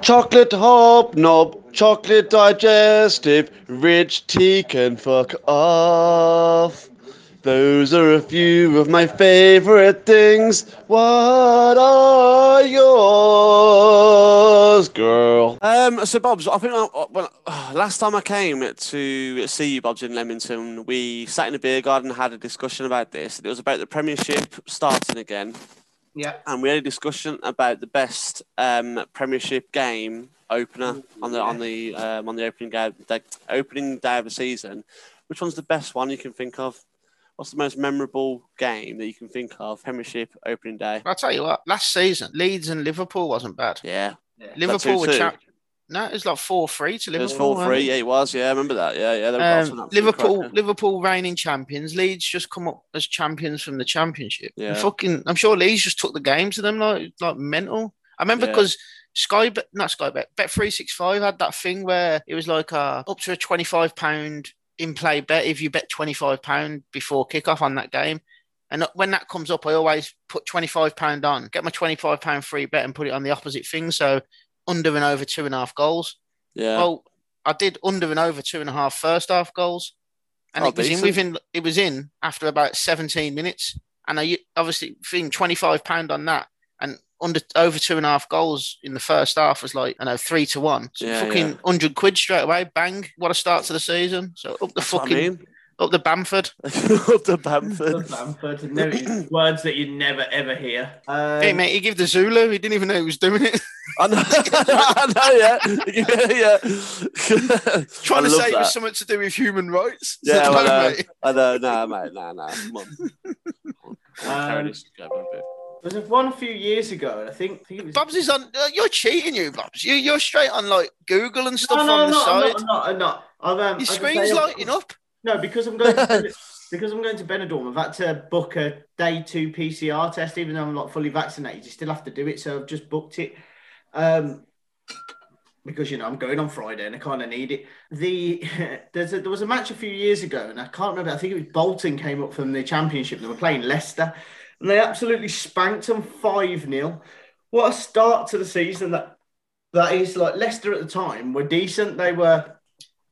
D: Chocolate hobnob, chocolate digestive, rich tea can fuck off. Those are a few of my favourite things. What are yours, girl? Um, so Bob's, I think I, I- when, last time I came to see you, Bob's in Leamington, we sat in a beer garden and had a discussion about this. and It was about the Premiership starting again
B: yeah.
D: and we had a discussion about the best um, Premiership game opener on the on the um, on the opening day, the opening day of the season. Which one's the best one you can think of? What's the most memorable game that you can think of? Premiership opening day.
C: I'll tell you what. Last season, Leeds and Liverpool wasn't bad.
D: Yeah,
C: Liverpool were
D: 2-2?
C: champ. No, it was like four three to
D: it
C: Liverpool.
D: was four
C: weren't
D: three.
C: it?
D: Yeah, it was. Yeah, I remember that. Yeah, yeah. they were
C: Um,
D: absolute
C: Liverpool,
D: cracker.
C: Liverpool reigning champions. Leeds just come up as champions from the championship. And
D: Yeah.
C: Fucking, I'm sure Leeds just took the game to them like like mental. I remember
D: Yeah.
C: because Sky Bet, not Sky Bet, Bet three six five had that thing where it was like uh, up to a twenty five pound in play bet if you bet twenty five pound before kickoff on that game. And when that comes up, I always put twenty five pound on, get my twenty five pound free bet, and put it on the opposite thing. So under and over two and a half goals.
D: Yeah.
C: Well, I did under and over two and a half first half goals, and
D: Oh,
C: it was
D: decent.
C: in within it was in after about seventeen minutes. And I u- obviously thing twenty five pound on that, and under over two and a half goals in the first half was like I know three to one. So
D: Yeah,
C: fucking
D: yeah.
C: hundred quid straight away, bang! What a start to the season. So up the
D: That's what
C: fucking
D: I mean.
C: up the Bamford.
D: Up the Bamford.
B: Bamford, no, words that you never ever hear. Um,
C: hey mate, he gave the Zulu. He didn't even know he was doing it.
D: I know, I know, yeah, yeah.
C: Trying to
D: love
C: say it
D: that.
C: was something to do with human rights.
D: Yeah,
C: No,
D: well, uh,
C: mate.
D: I know, nah, mate, nah, nah. Come on. Come on, carry
B: Um,
D: this going a bit.
B: There was a one a few years ago, and I think, I think it was.
C: Bob's is on. Uh, you're cheating, you Bob's. You you're straight on like Google and stuff
B: no, no,
C: on
B: I'm
C: the
B: not, I'm not,
C: side.
B: I'm not, I'm not. I've, um,
C: Your
B: as I
C: screen's
B: say, I've-
C: lighting up.
B: No, because I'm going to, because I'm going to Benidorm. I've had to book a day two PCR test, even though I'm not fully vaccinated. You still have to do it, so I've just booked it. Um, because you know I'm going on Friday and I kind of need it. The there's a, there was a match a few years ago and I can't remember. I think it was Bolton came up from the Championship. They were playing Leicester and they absolutely spanked them five 0 What a start to the season that that is! Like Leicester at the time were decent. They were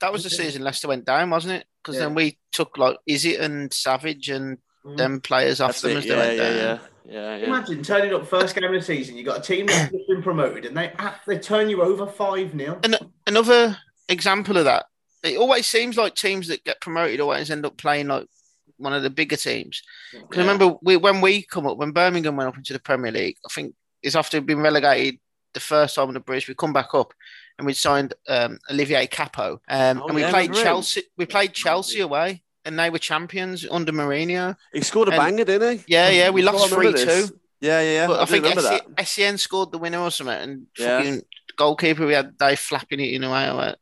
C: That was the season Leicester went down, wasn't it? Because
B: Yeah.
C: then we took like Is it and Savage and them players off
D: Mm-hmm. That's
C: them
D: it,
C: as
D: yeah,
C: they went
D: yeah,
C: down.
D: yeah, yeah, yeah.
B: Imagine turning up first game of the season. You got a team that's just been promoted, and they they turn you over five 0
C: Another example of that. It always seems like teams that get promoted always end up playing like one of the bigger teams. 'Cause
D: Yeah.
C: remember we, when we come up, when Birmingham went up into the Premier League, I think it's after being relegated the first time in the British, we come back up and we signed um, Olivier Capo, um,
D: Oh,
C: and we
D: yeah,
C: played
D: remember him?
C: Chelsea. We played Chelsea away, and they were champions under Mourinho.
D: He scored a
C: And-
D: banger, didn't he?
C: Yeah, yeah, we
D: Oh, I
C: lost
D: remember
C: three
D: this.
C: two.
D: Yeah, yeah, yeah.
C: But I,
D: do
C: think
D: remember that.
C: SC, SCN scored the winner or something, and
D: Yeah.
C: fucking goalkeeper we had Dave flapping it in a way. like-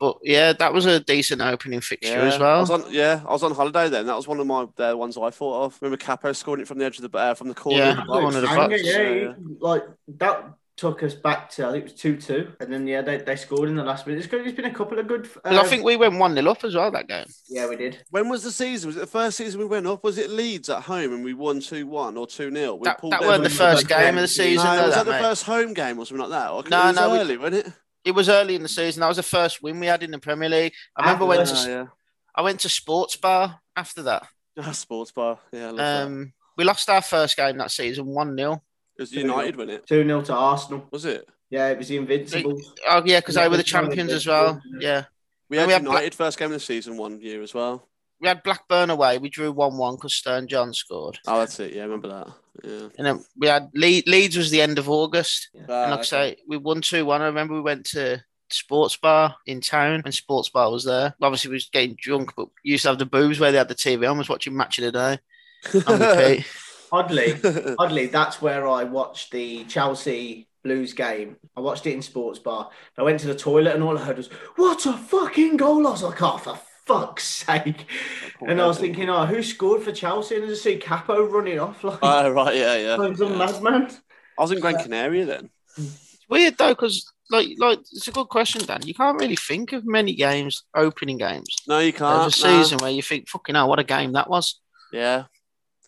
C: But yeah, that was a decent opening fixture
D: Yeah.
C: as
D: I
C: well.
D: was on, yeah, I was on holiday then. That was one of my uh, ones I thought of. Remember Capo scoring it from the edge of the uh, from the corner.
C: Yeah,
D: of the
C: I wanted to
D: box.
C: fuck.
B: yeah, yeah, like that took us back to I think it was two two, and then yeah, they, they scored in the last minute. It's good. It's been a couple of good.
C: 'Cause I
B: um,
C: think we went one 0 up as well that game.
B: yeah, we did.
D: When was the season? Was it the first season we went up? Was it Leeds at home and we won 2 1 or 2 0?
C: That, that weren't the
B: them
C: first
B: in the
C: game of the
B: game.
D: No,
C: season. though,
D: was that
C: that,
D: the
C: mate.
D: first home game or something like that? Or-
C: No,
D: it was
C: no, we-
D: early, wasn't it?
C: It was early in the season. That was the first win we had in the Premier League. I remember
B: After
C: when
B: that.
C: to,
D: Ah, yeah.
C: I went to Sports Bar after that.
D: Ah, sports bar. Yeah, I love that.
C: Um, we lost our first game that season one 0
D: It was United, wasn't it?
B: Two 0 to Arsenal.
D: Was it?
B: Yeah, it was the Invincibles.
C: Oh yeah, because they
B: Yeah,
C: were the
B: it's one of the
C: champions
B: best
C: as well.
B: ones, isn't it?
C: Yeah.
D: We
C: And
D: had
C: we had
D: United first game of the season one year as well.
C: we had Blackburn away. We drew one one because Stern John scored,
D: Oh, that's it. Yeah, I remember that. Yeah.
C: and then we had Le- Leeds was the end of August.
D: Ah,
C: and
D: okay.
C: like I say, we won two one. I remember we went to Sports Bar in town, and Sports Bar was there. Obviously, we was getting drunk, but we used to have the booze where they had the TV on. I was watching Match of the Day on repeat.
B: Oddly, oddly, that's where I watched the Chelsea Blues game. I watched it in sports bar. I went to the toilet and all I heard was, "What a fucking goal!" I was like, "Oh, for fuck's sake!" And I was thinking, "Oh, who scored for Chelsea?" And I just see Capo running off like
D: Oh, right. Yeah, yeah.
B: like some
D: yeah.
B: madman.
D: I was in Gran Canaria then.
C: It's weird though, because like like it's a good question, Dan. You can't really think of many games, opening games.
D: No, you
C: There's
D: can't.
C: a
D: nah.
C: season where you think, fucking hell, what a game that was.
D: Yeah.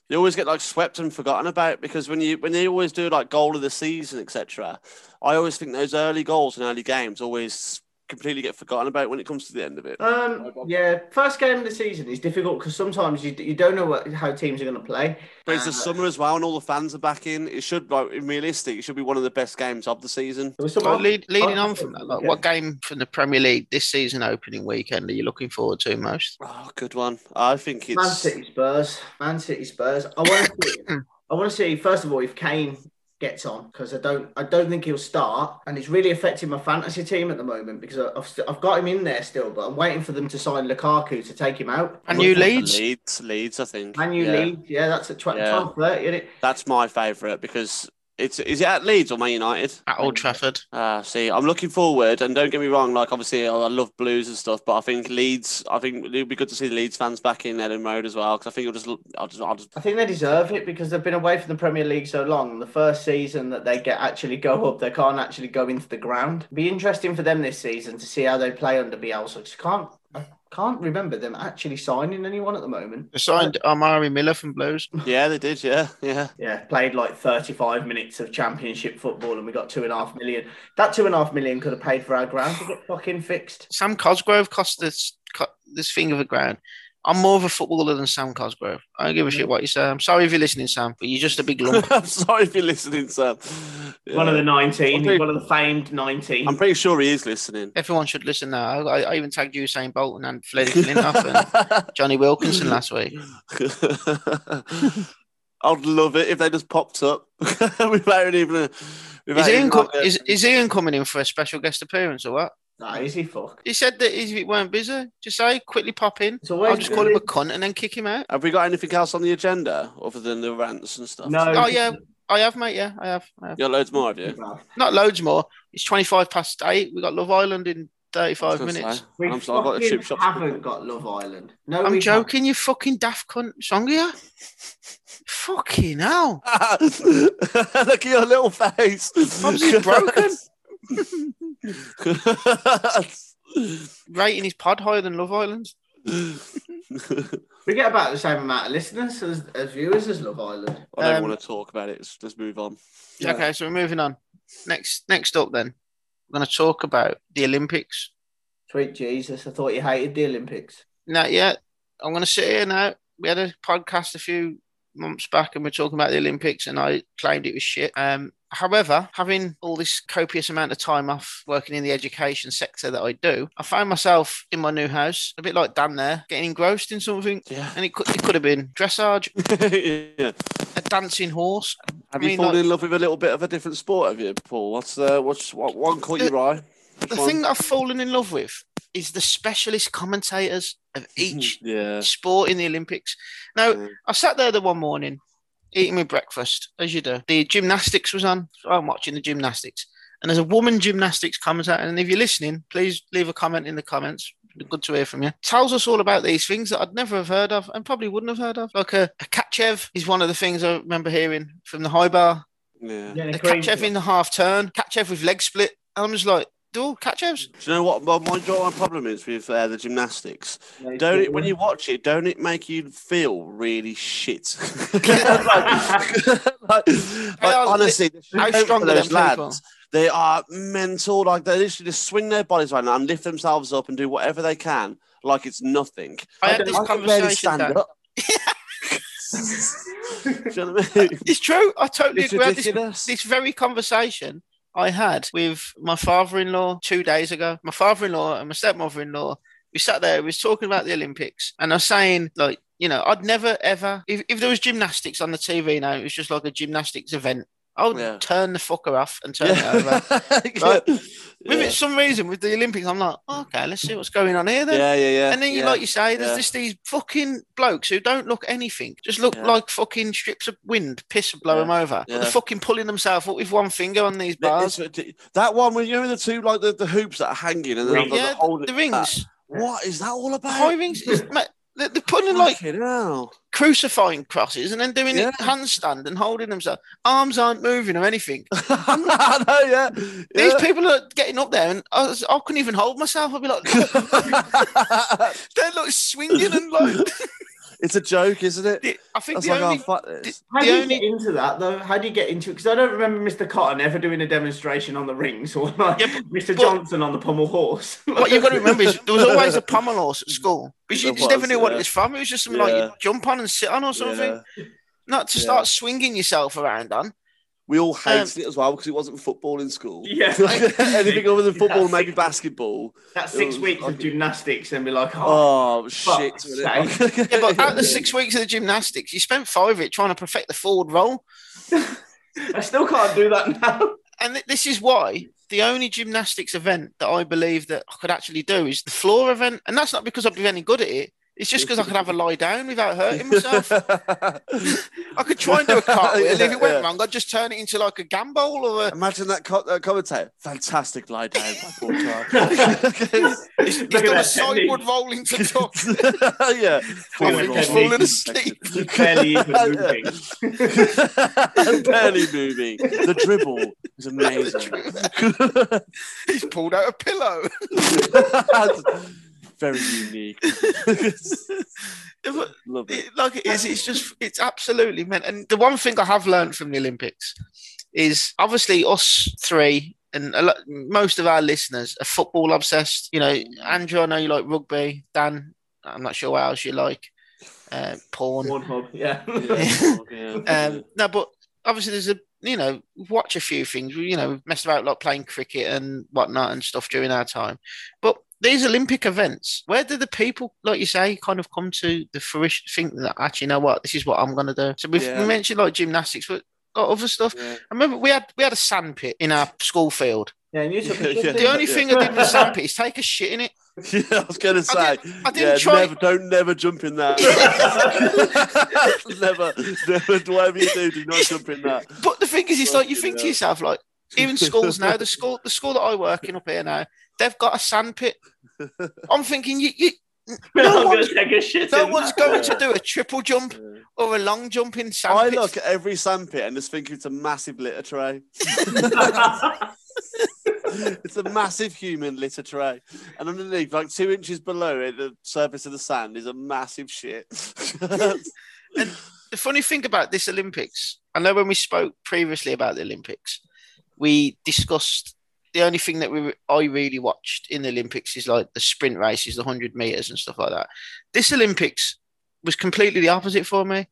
D: You always get like swept and forgotten about because when you when they always do like goal of the season, etc. I always think those early goals in early games always completely get forgotten about when it comes to the end of it.
B: Um, yeah, first game of the season is difficult because sometimes you, you don't know what, how teams are going to play.
D: But it's the
C: Ah.
B: Uh,
D: summer as well, and all the fans are back in. It should like in realistic, it should be one of the best games of the season.
B: There was some
C: Well, lead, leading on from that, like,
B: Okay.
C: what game from the Premier League this season opening weekend are you looking forward to most?
D: Oh, good one. I think
B: Man
D: it's
B: City Spurs. Man City Spurs. I want to see. I want to see first of all if Kane gets on because I don't. I don't think he'll start, and it's really affecting my fantasy team at the moment because I- I've st- I've got him in there still, but I'm waiting for them to sign Lukaku to take him out.
C: And you Leeds.
D: Leeds, Leeds, I think.
B: Man, you
D: yeah.
B: lead. Yeah, that's at 12,
D: Yeah.
B: 12.30, isn't it?
D: That's my favourite because it's is it at Leeds or Man United?
C: At Old Trafford.
D: Ah, see, I'm looking forward, and don't get me wrong. Like, obviously, I I love Blues and stuff, but I think Leeds. I think it'd be good to see the Leeds fans back in Eden Road as well, because I think it'll just, I'll just, I'll just.
B: I think they deserve it because they've been away from the Premier League so long. The first season that they get actually go up, they can't actually go into the ground. Be interesting for them this season to see how they play under Bielsa. Just can't I can't remember them actually signing anyone at the moment.
C: They signed Amari Miller from Blues.
D: Yeah, they did. Yeah, yeah.
B: Yeah, played like 35 minutes of championship football and we got two and a half million. That two and a half million could have paid for our ground to get fucking fixed.
C: Sam Cosgrove cost this co- this thing of a ground. I'm more of a footballer than Sam Cosgrove. I don't give a shit what you say. I'm sorry if you're listening, Sam, but you're just a big lump.
D: I'm sorry if you're listening, Sam.
B: One of the 19,
D: Okay.
B: one of the famed 19.
D: I'm pretty sure he is listening.
C: Everyone should listen now. I, I even tagged Usain Bolton and Freddie Flintoff and Johnny Wilkinson last week.
D: I'd love it if they just popped up without even.
C: Is
D: Without
C: Ian,
D: even
C: com-
D: like a-
C: is, is Ian coming in for a special guest appearance or what?
B: no, is he fuck?
C: He said that if it weren't busy, just say quickly pop in.
B: It's always
C: I'll just call him a cunt and then kick him out.
D: Have we got anything else on the agenda other than the rants and stuff?
B: No.
C: Oh yeah, I have, mate. Yeah, I have. I have.
D: You got loads more, have you?
C: Not loads more. It's twenty-five past eight. We got Love Island in
D: I was
C: thirty-five
D: gonna
C: minutes.
D: say.
B: We
D: I'm sorry, I've got the
B: fucking
D: chip shops.
B: haven't got Love Island. No, we
C: I'm
B: haven't.
C: joking. You fucking daft cunt, Songia. fucking hell.
D: Look at your little face.
C: Bob's is broken. Rating his pod higher than Love Island.
B: We get about the same amount of listeners as, as viewers as Love Island.
D: I don't
C: Um,
D: want to talk about it. Let's, let's move on.
B: Yeah.
C: Okay, so we're moving on. Next, next up, then we're going to talk about the Olympics.
B: Sweet Jesus, I thought you hated the Olympics.
C: Not yet. I'm going to sit here now. We had a podcast a few months back, and we're talking about the Olympics, and I claimed it was shit. Um, however, having all this copious amount of time off working in the education sector that I do, I found myself in my new house, a bit like Dan there, getting engrossed in something.
D: Yeah.
C: And it could, it could have been dressage,
D: yeah.
C: a dancing horse,
D: Have
C: I
D: you
C: mean,
D: fallen
C: like-
D: in love with a little bit of a different sport? Have you, Paul? What's uh, what's what one caught your eye? Which
C: the
D: one?
C: thing that I've fallen in love with is the specialist commentators of
D: Mm-hmm.
C: each
D: yeah.
C: sport in the Olympics. Now,
D: Yeah.
C: I sat there the one morning eating my breakfast, as you do. The gymnastics was on, so I'm watching the gymnastics. And there's a woman gymnastics commentator. And if you're listening, please leave a comment in the comments. Good to hear from you. Tells us all about these things that I'd never have heard of and probably wouldn't have heard of. Like a, a Katchev is one of the things I remember hearing from the high bar.
D: Yeah.
B: Yeah,
C: A Katchev in the half turn, Katchev with leg split. And I'm just like, do all Katchevs?
D: Do you know what my, my, my problem is with uh, the gymnastics? Don't it, when you watch it, don't it make you feel really shit? like, like,
C: are-
D: honestly, the
C: how
D: strength of
C: strong are
D: those
C: them people?
D: lads? They are mental. Like they literally just swing their bodies right now and lift themselves up and do whatever they can, like it's nothing.
C: I
D: I
C: had this
D: can barely
C: conversation.
D: stand
C: Dan.
D: up. Do you know what I mean?
C: It's true. I totally
D: It's
C: agree. I had this
D: ridiculous.
C: this very conversation I had with my father-in-law two days ago. My father-in-law and my stepmother-in-law. We sat there. We was talking about the Olympics, and I was saying like, you know, I'd never ever if, if there was gymnastics on the TV now, it was just like a gymnastics event. I would
D: Yeah.
C: turn the fucker off and turn it over.
D: Yeah.
C: Right? With
D: Yeah.
C: it, some reason with the Olympics, I'm like, okay, let's see what's going on here then.
D: Yeah, yeah, yeah.
C: And then you
D: yeah.
C: like you say, there's
D: yeah.
C: just these fucking blokes who don't look anything, just look
D: Yeah.
C: like fucking strips of wind, piss and blow
D: Yeah.
C: them over. But
D: Yeah.
C: They're fucking pulling themselves up with one finger on these
D: That
C: bars.
D: is ridic- that one when you know the two like the, the hoops that are hanging and then
B: Ring.
D: like,
C: Yeah,
D: the, whole-
C: The
D: Ah.
C: rings,
D: What is that all
C: the
D: about?
C: high rings. It's, mate, they're they're putting like
D: Fucking hell.
C: crucifying crosses and then doing
D: Yeah.
C: it handstand and holding themselves. Arms aren't moving or anything.
D: I know, yeah.
C: These people are getting up there, and I, was- I couldn't even hold myself. I'd be like,
D: yeah.
C: they're like swinging and like.
D: it's a joke, isn't it?
C: the- I think
D: That's
C: the
D: like,
C: only
D: oh, fuck this.
B: How
C: The
B: do you
C: only-
B: get into that though? How do you get into it? Because I don't remember Mr. Cotton ever doing a demonstration on the rings or like
C: Yeah,
B: Mr.
C: but-
B: Johnson on the pommel horse.
C: what you've got to remember is there was always a pommel horse at school, but you
D: There
C: just never
D: was,
C: knew what
D: yeah.
C: it was from. It was just something
D: Yeah.
C: like you jump on and sit on or something,
D: Yeah.
C: not to
D: Yeah.
C: start swinging yourself around on.
D: We all
C: Um,
D: hated it as well because it wasn't football in school.
B: Yeah.
D: Anything other than football,
B: Yeah.
D: maybe basketball.
B: That six
D: It was
B: weeks of
D: fucking-
B: gymnastics and be like, oh,
D: Oh, shit.
B: fuck's
D: wasn't it?
C: Yeah, but out of the six weeks of the gymnastics, you spent five of it trying to perfect the forward roll.
B: I still can't do that now.
C: and th- this is why the only gymnastics event that I believe that I could actually do is the floor event, and that's not because I'd be any good at it. It's just because I could have a lie down without hurting myself. I could try and do a cartwheel. and if
D: Yeah,
C: it went
D: yeah.
C: wrong, I'd just turn it into like a gamble or a.
D: Imagine that co- uh, commentator. Fantastic lie down by Paul Tarr.
B: Look
C: He's
B: at
C: done a
B: that technique.
C: sideward roll into top.
D: yeah.
B: Paul
C: I think he's
B: Tarr.
C: fallen asleep.
B: He's barely even moving.
D: Barely moving. The dribble is amazing.
C: He's pulled out a pillow.
D: Very unique. Love it.
C: It- like it is, it's just, it's absolutely meant. And the one thing I have learned from the Olympics is obviously us three and a lot, most of our listeners are football obsessed. You know, Andrew, I know you like rugby. Dan, I'm not sure what else you like. Uh, porn.
B: Pornhub, yeah.
D: Yeah, yeah, yeah.
C: Um, no, but Um, obviously there's an you know, watch a few things. We, You know, messed about like playing cricket and whatnot and stuff during our time. But these Olympic events, where do the people, like you say, kind of come to the fruition, think that actually, you know what, this is what I'm going to do? So we've
D: Yeah.
C: we mentioned like gymnastics, but like, other stuff.
D: Yeah.
C: I remember we had we had a sandpit in our school field.
B: Yeah, and you took
D: Yeah,
B: a
D: yeah.
C: The only thing I did in the sandpit is take a shit in it.
D: yeah, I was gonna say.
C: I I didn't
D: yeah,
C: try-
D: Never, don't never jump in that. never, never. Whatever you do, do not jump in that.
C: But the thing is, it's like you
D: Fucking
C: think to
D: hell.
C: yourself, like even schools now, the school, the school that I work in up here now, they've got a sandpit. I'm thinking you, you
B: No,
C: No
B: I'm
C: one's-
B: gonna take a shit.
C: no
B: in
C: one's
B: that.
C: going to do a triple jump or a long jump in
D: I
C: sandpit.
D: look at every sandpit and just think it's a massive litter tray. it's a massive human litter tray, and underneath, like two inches below it, the surface of the sand is a massive shit.
C: The funny thing about this Olympics, I know when we spoke previously about the Olympics, we discussed the only thing that we I really watched in the Olympics is like the sprint races, the hundred meters and stuff like that. This Olympics was completely the opposite for me.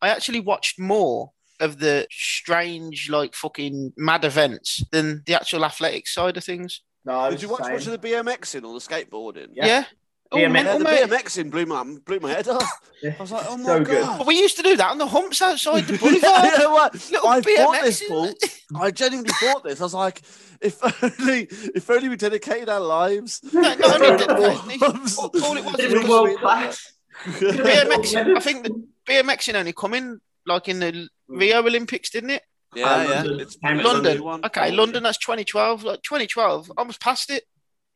C: I actually watched more of the strange, like fucking mad events than the actual athletic side of things.
B: No, I
D: Did you watch much of the BMX in or the skateboarding?
B: Yeah.
C: Yeah. Oh,
B: BMX.
C: man,
D: Yeah,
C: oh,
D: the
C: mate.
D: BMX in blew my blew my head off.
B: Yeah.
D: I was like, oh my
B: So
D: god.
B: good.
C: But we used to do that on the humps outside the boulevard.
D: yeah, what?
C: Little
D: I bought
C: BMX
D: this
C: in
D: Paul. I genuinely bought this. I was like, if only, if only we dedicated our lives.
C: No, no,
D: to
C: I mean,
D: the
C: no, no,
D: Worms.
C: all- all it was
B: Did it
C: is
B: win
C: because
B: world
D: we-
B: class?
C: BMX, I think the BMXing only come in like in
D: Mm.
C: the Rio Olympics, didn't it?
D: Yeah, yeah.
B: London.
D: It's
B: Came at
C: London.
D: one.
C: Okay, London, that's 2012. Like 2012, I was past it.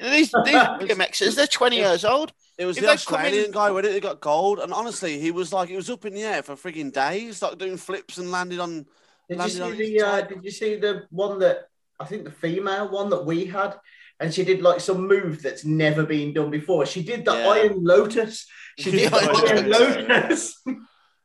C: And these, these BMXers, they're 20 years old.
D: It was
C: If
D: the
C: they'd come in-
D: Australian guy when it got gold, and honestly, he was like, he was up in the air for frigging days, like doing flips and landed on.
B: Did you
D: landed on
B: see
D: his
B: the? Uh,
D: top.
B: did you see the one that I think the female one that we had, and she did like some move that's never been done before. She did the
D: Yeah.
B: Iron Lotus. She did the
D: Yeah, I
B: Iron
D: did.
B: Lotus.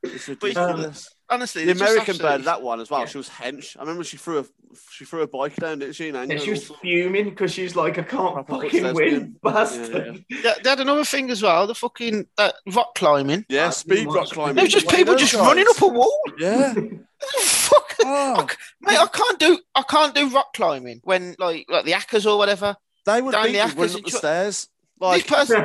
D: It's
C: But-
D: ridiculous.
C: Honestly,
D: the
C: they're just
D: American
C: absolutely-
D: bird, that one as well.
B: Yeah.
D: She was hench. I remember she threw a she threw a bike down, didn't she? And
B: Yeah, she was
D: all-
B: fuming because she's like, I can't
D: Proper
B: fucking
D: upstairs
B: win,
D: game.
B: bastard.
C: They, they had another thing as well, the fucking that rock climbing.
D: yeah,
B: I
D: speed
B: didn't
D: rock
B: watch it.
D: climbing.
C: There was just
D: Like
C: people
D: those
C: just
D: guys.
C: running up a wall.
D: Yeah.
C: What the fuck?
D: Oh,
C: Mate, I can't do I can't do rock climbing when like like the Ackers or whatever.
D: they would
C: Down
D: beat
C: the
D: you
C: Ackers
D: running up
C: and
D: the
C: tr-
D: stairs.
C: This
D: Like
C: person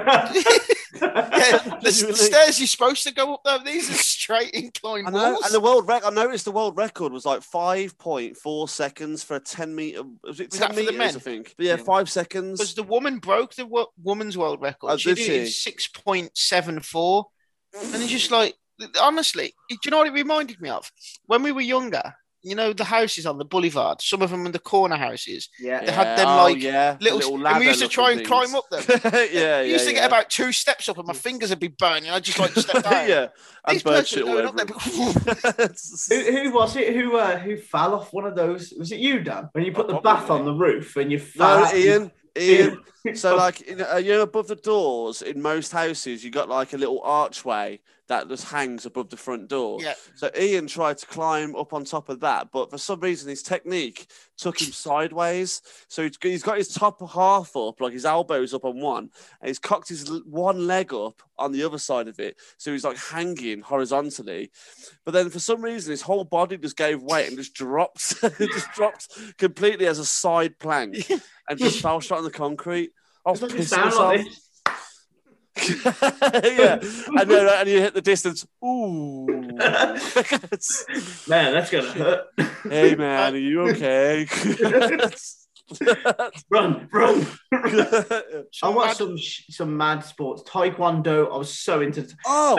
C: yeah, the, the
D: Genuinely.
C: stairs you're supposed to go up there. These are straight incline
D: I know,
C: walls.
D: and the world rec. I noticed the world record was like five point four seconds for a ten meter. Was it
C: Was
D: ten
C: that for the
D: meters? I
C: men?
D: think. But yeah,
B: Yeah.
D: five seconds.
C: because the woman broke the wo- woman's world record.
D: Oh,
C: she
D: did
C: did it in
D: she?
C: six point seven four, and it's just like honestly, do you know what it reminded me of? When we were younger, you know the houses on the boulevard. Some of them were the corner houses.
B: yeah.
C: they had
D: Yeah,
C: them,
D: oh,
C: like,
D: yeah.
C: little- and we used to
D: ladder
C: try and
D: looking
C: climb up
D: things.
C: them.
D: yeah, yeah.
C: I used to
D: yeah.
C: get about two steps up, and my fingers would be burning. I just like step down.
D: yeah, and
C: These
D: bird
C: birds
D: shit
C: were
D: all
C: going up
D: over.
C: there.
D: it.
B: Who, who was it? Who uh, who fell off one of those? Was it you, Dan? When you put the
D: Probably.
B: bath on the roof and you fell.
D: no, Ian. Ian,
B: Ian.
D: So, like, in, uh, you know, above the doors in most houses, you got like a little archway that just hangs above the front door.
C: Yeah.
D: So Ian tried to climb up on top of that, but for some reason his technique took him sideways. So he's- he's got his top half up, like his elbows up on one, and he's cocked his l- one leg up on the other side of it. So he's like hanging horizontally. But then for some reason his whole body just gave way and just dropped, just dropped completely as a side plank and just fell shot on the concrete. I was
B: It doesn't
D: pissed
B: sound
D: myself.
B: like this.
D: yeah, and then uh, and you hit the distance. Ooh,
B: Man, that's gonna hurt.
D: hey man, are you okay?
B: Run, run. I
C: So
B: watched
C: mad-
B: some sh- some mad sports. Taekwondo. I was so into.
D: oh,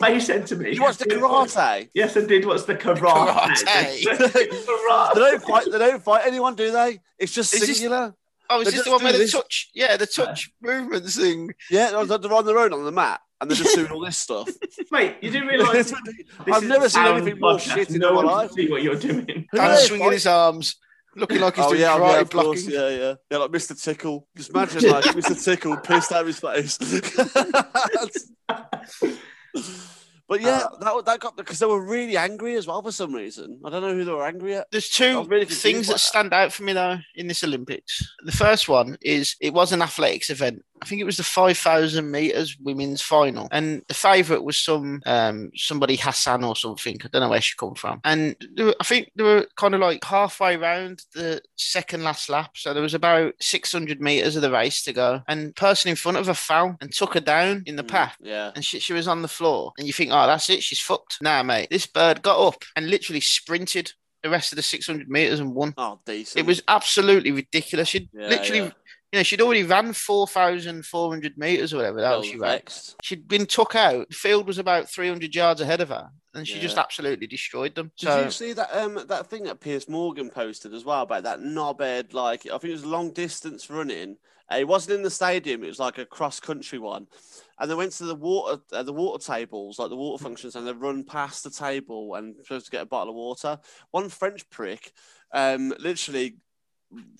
B: They sent to me.
D: you watched the karate?
B: Yes, I did. What's the karate?
C: Karate.
D: They
B: karate.
D: don't fight. They don't fight anyone, do they? It's just
C: It's just-
D: singular.
C: Oh,
D: They
C: is this
D: just
C: the one
D: do
C: where the
D: this.
C: touch? Yeah, the touch movements thing.
D: Yeah, they're on- they're on their own on the mat, and they're just doing all this stuff.
B: Mate, you do realise
D: It's
B: this
D: ridiculous.
B: is
D: I've never
B: a
D: seen
B: sound
D: anything more
B: podcast.
D: shit in
B: No
D: my
B: one
D: life.
B: can see what you're doing.
D: Who
C: Dan
D: they
C: swinging his arms, looking like he's
D: Oh
C: doing
D: yeah,
C: karate
D: yeah, of
C: blocking.
D: course, yeah, yeah, yeah, like Mr. Tickle. Just imagine like Mr. Tickle pissed out of his face. but yeah, that that got because they were really angry as well for some reason. I don't know who they were angry at.
C: There's two
D: I'm really confused
C: things
D: by
C: that
D: that.
C: stand out for me though in this Olympics. The first one is it was an athletics event. I think it was the 5,000 meters women's final, and the favourite was some um, somebody Hassan or something. I don't know where she come from. And they were- I think they were kind of like halfway round the second last lap, so there was about 600 meters of the race to go, and person in front of her fell and took her down in the
D: Mm,
C: path
D: Yeah.
C: and she, she was on the floor, and you think, oh, that's it, she's fucked. Nah, mate, this bird got up and literally sprinted the rest of the 600 meters and won.
D: Oh, decent.
C: It was absolutely ridiculous. She'd
D: Yeah,
C: literally,
D: yeah.
C: you know, she'd already ran 4,400 meters or whatever that
D: Well,
C: she ran.
D: vexed.
C: She'd been took out. The field was about 300 yards ahead of her, and she just
D: Yeah.
C: absolutely destroyed them.
D: Did
C: So,
D: you see that um that thing that Piers Morgan posted as well about that knobhead like I think it was long distance running. Uh, It wasn't in the stadium; it was like a cross country one. And they went to the water uh, the water tables, like the water functions, and they run past the table and supposed to get a bottle of water. One French prick, um, literally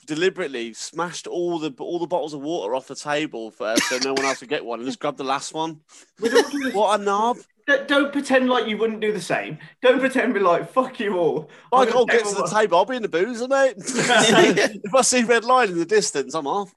D: deliberately smashed all the all the bottles of water off the table for, so no one else would get one, and just grabbed the last one.
B: With all due
D: What a knob!
B: don't, don't pretend like you wouldn't do the same. Don't pretend we're like, fuck you all.
D: I
B: I'm
D: I'll
B: gonna
D: get
B: take
D: to the
B: all-
D: table. I'll be in the boozer, mate. if I see red line in the distance, I'm off.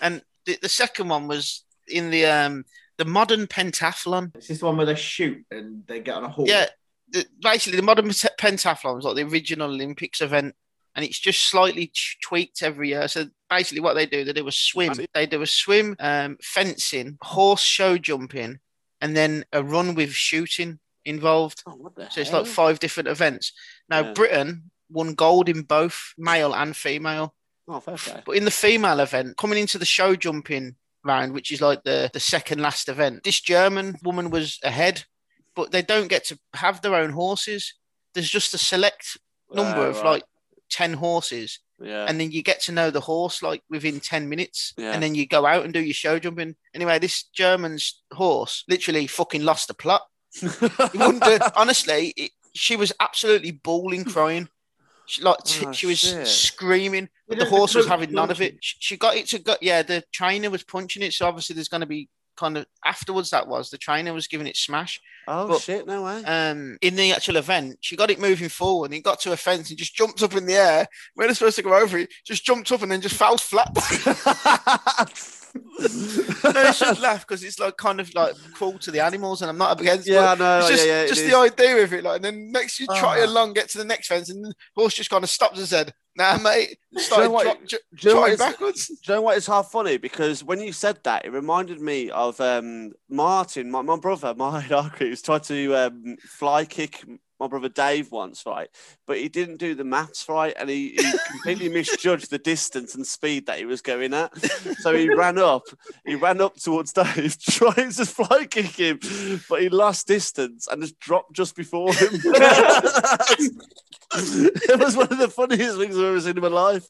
C: and the, the second one was in the um the modern pentathlon.
B: It's just the one where they shoot and they get on a horse.
C: Yeah, the, basically the modern pent- pentathlon is like the original Olympics event, and it's just slightly t- tweaked every year. So basically, what they do, they do a swim,
D: That's it.
C: they do a swim, um, fencing, horse show jumping, and then a run with shooting involved.
D: Oh, what the
C: So it's
D: hell?
C: like five different events. Now
D: Yeah.
C: Britain won gold in both male and female.
D: Oh, fair play.
C: But in the female event, coming into the show jumping round, which is like the, the second last event, this German woman was ahead, but they don't get to have their own horses. There's just a select number
D: Uh,
C: of
D: right.
C: like 10 horses,
D: yeah.
C: and then you get to know the horse like within 10 minutes,
D: Yeah.
C: and then you go out and do your show jumping. Anyway, this German's horse literally fucking lost the plot. It wouldn't do- honestly, it, she was absolutely bawling, crying. She, like t-
D: Oh,
C: she was
D: shit.
C: screaming
B: You know,
C: the horse was
B: coach
C: having none of
B: punching.
C: it. She, she got it to go. Yeah, the trainer was punching it. So obviously, there's going to be kind of afterwards. That was the trainer was giving it smash.
D: oh
C: but-
D: shit! No way.
C: Um, in the actual event, she got it moving forward. and It got to a fence and just jumped up in the air. When it's supposed to go over it, just jumped up and then just fell flat. no, it's just laugh because it's like kind of like cruel to the animals, and I'm not up against.
D: yeah, I know.
C: It's just,
D: yeah, yeah, it
C: just
D: is.
C: the idea of oh, it, like, and then next you try
D: Ah.
C: along, get to the next fence, and the horse just kind of stops and said, "Nah, mate," and started
D: what-
C: drop,
D: Do
C: ju-
D: you know what
C: trotting
D: is-
C: backwards.
D: Do you know what? It's half funny because when you said that, it reminded me of um, Martin, my, my brother, Martin Arcry, who's tried to um, fly kick my brother Dave once, right? But he didn't do the maths right and he, he completely misjudged the distance and speed that he was going at. So he ran up, he ran up towards Dave, trying to fly kick him, but he lost distance and just dropped just before him. it was one of the funniest things I've ever seen in my life.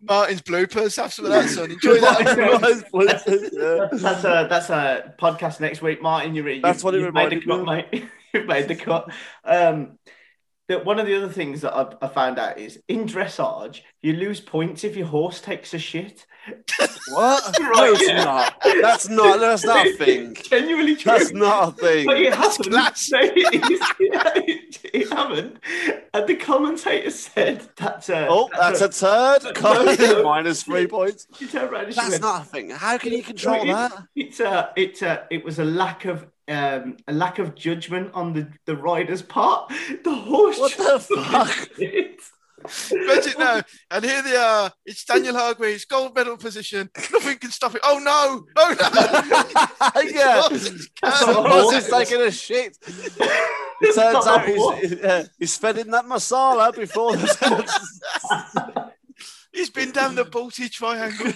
C: Martin's bloopers. Have some of that, son. Enjoy that.
D: Mine's blistered, yeah.
B: That's, that's a that's a podcast next week, Martin. You're, you
D: That's what it
B: you've made the
D: reminded
B: cut, mate. you've made the cut. Um, that one of the other things that I've, I found out is in dressage, you lose points if your horse takes a shit.
D: What? No,
B: Right.
D: it's not. That's not. That's not a thing.
B: Genuinely true.
D: That's not a thing.
B: But it happened.
C: class.
B: No, it, is, it, it happened. And the commentator said that. Uh,
D: Oh, that's a third. Come- Minus three points.
B: She turned around and she
D: That's
B: went,
D: not a thing. How can you
B: No,
D: control
B: it-
D: that?
B: It's a, it's a, it was a lack of um, a lack of judgment on the, the rider's part. The horse.
D: What the fuck?
C: Imagine now. And here they are. It's Daniel Hargreaves, gold medal position. Nothing can stop it. Oh no! Oh no!
D: yeah.
B: not
D: The
B: a
D: horse
B: horse.
D: is taking a shit. It turns out
B: horse.
D: he's, yeah, he's spending that masala before the
C: He's been down the Baltic Triangle.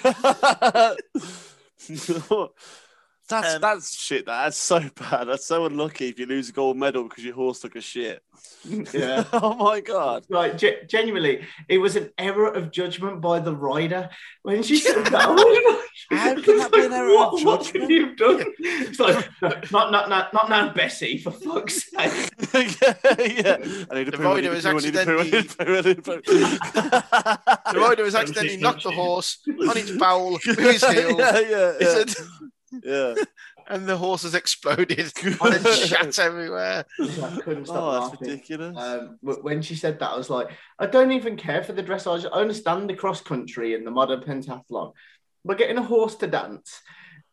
D: that's
C: Um,
D: that's shit. That's so bad. That's so unlucky if you lose a gold medal because your horse took a shit.
B: yeah.
D: oh my god.
B: Like ge- genuinely, it was an error of judgment by the rider when she said that. I was like-
D: How can that be an
B: like,
D: error of
B: what, what
D: judgment?"
B: could you have done? It's like not not not not now, Bessie. For fuck's sake!
D: yeah, yeah. I need to
C: The
D: poo, I need
C: rider
D: to
C: is
D: poo, I need to poo, I need to poo, I need to
C: The
D: poo.
C: rider has accidentally knocked the horse on its bowl with his heel.
D: Yeah, yeah,
C: He
D: yeah.
C: said-
D: yeah.
C: and the horse has exploded. and there's shat everywhere.
B: I couldn't stop
D: Oh, that's
B: laughing.
D: ridiculous.
C: Uh,
B: Um, but when she said that, I was like, I don't even care for the dressage. I understand the cross country and the modern pentathlon, We're getting a horse to dance.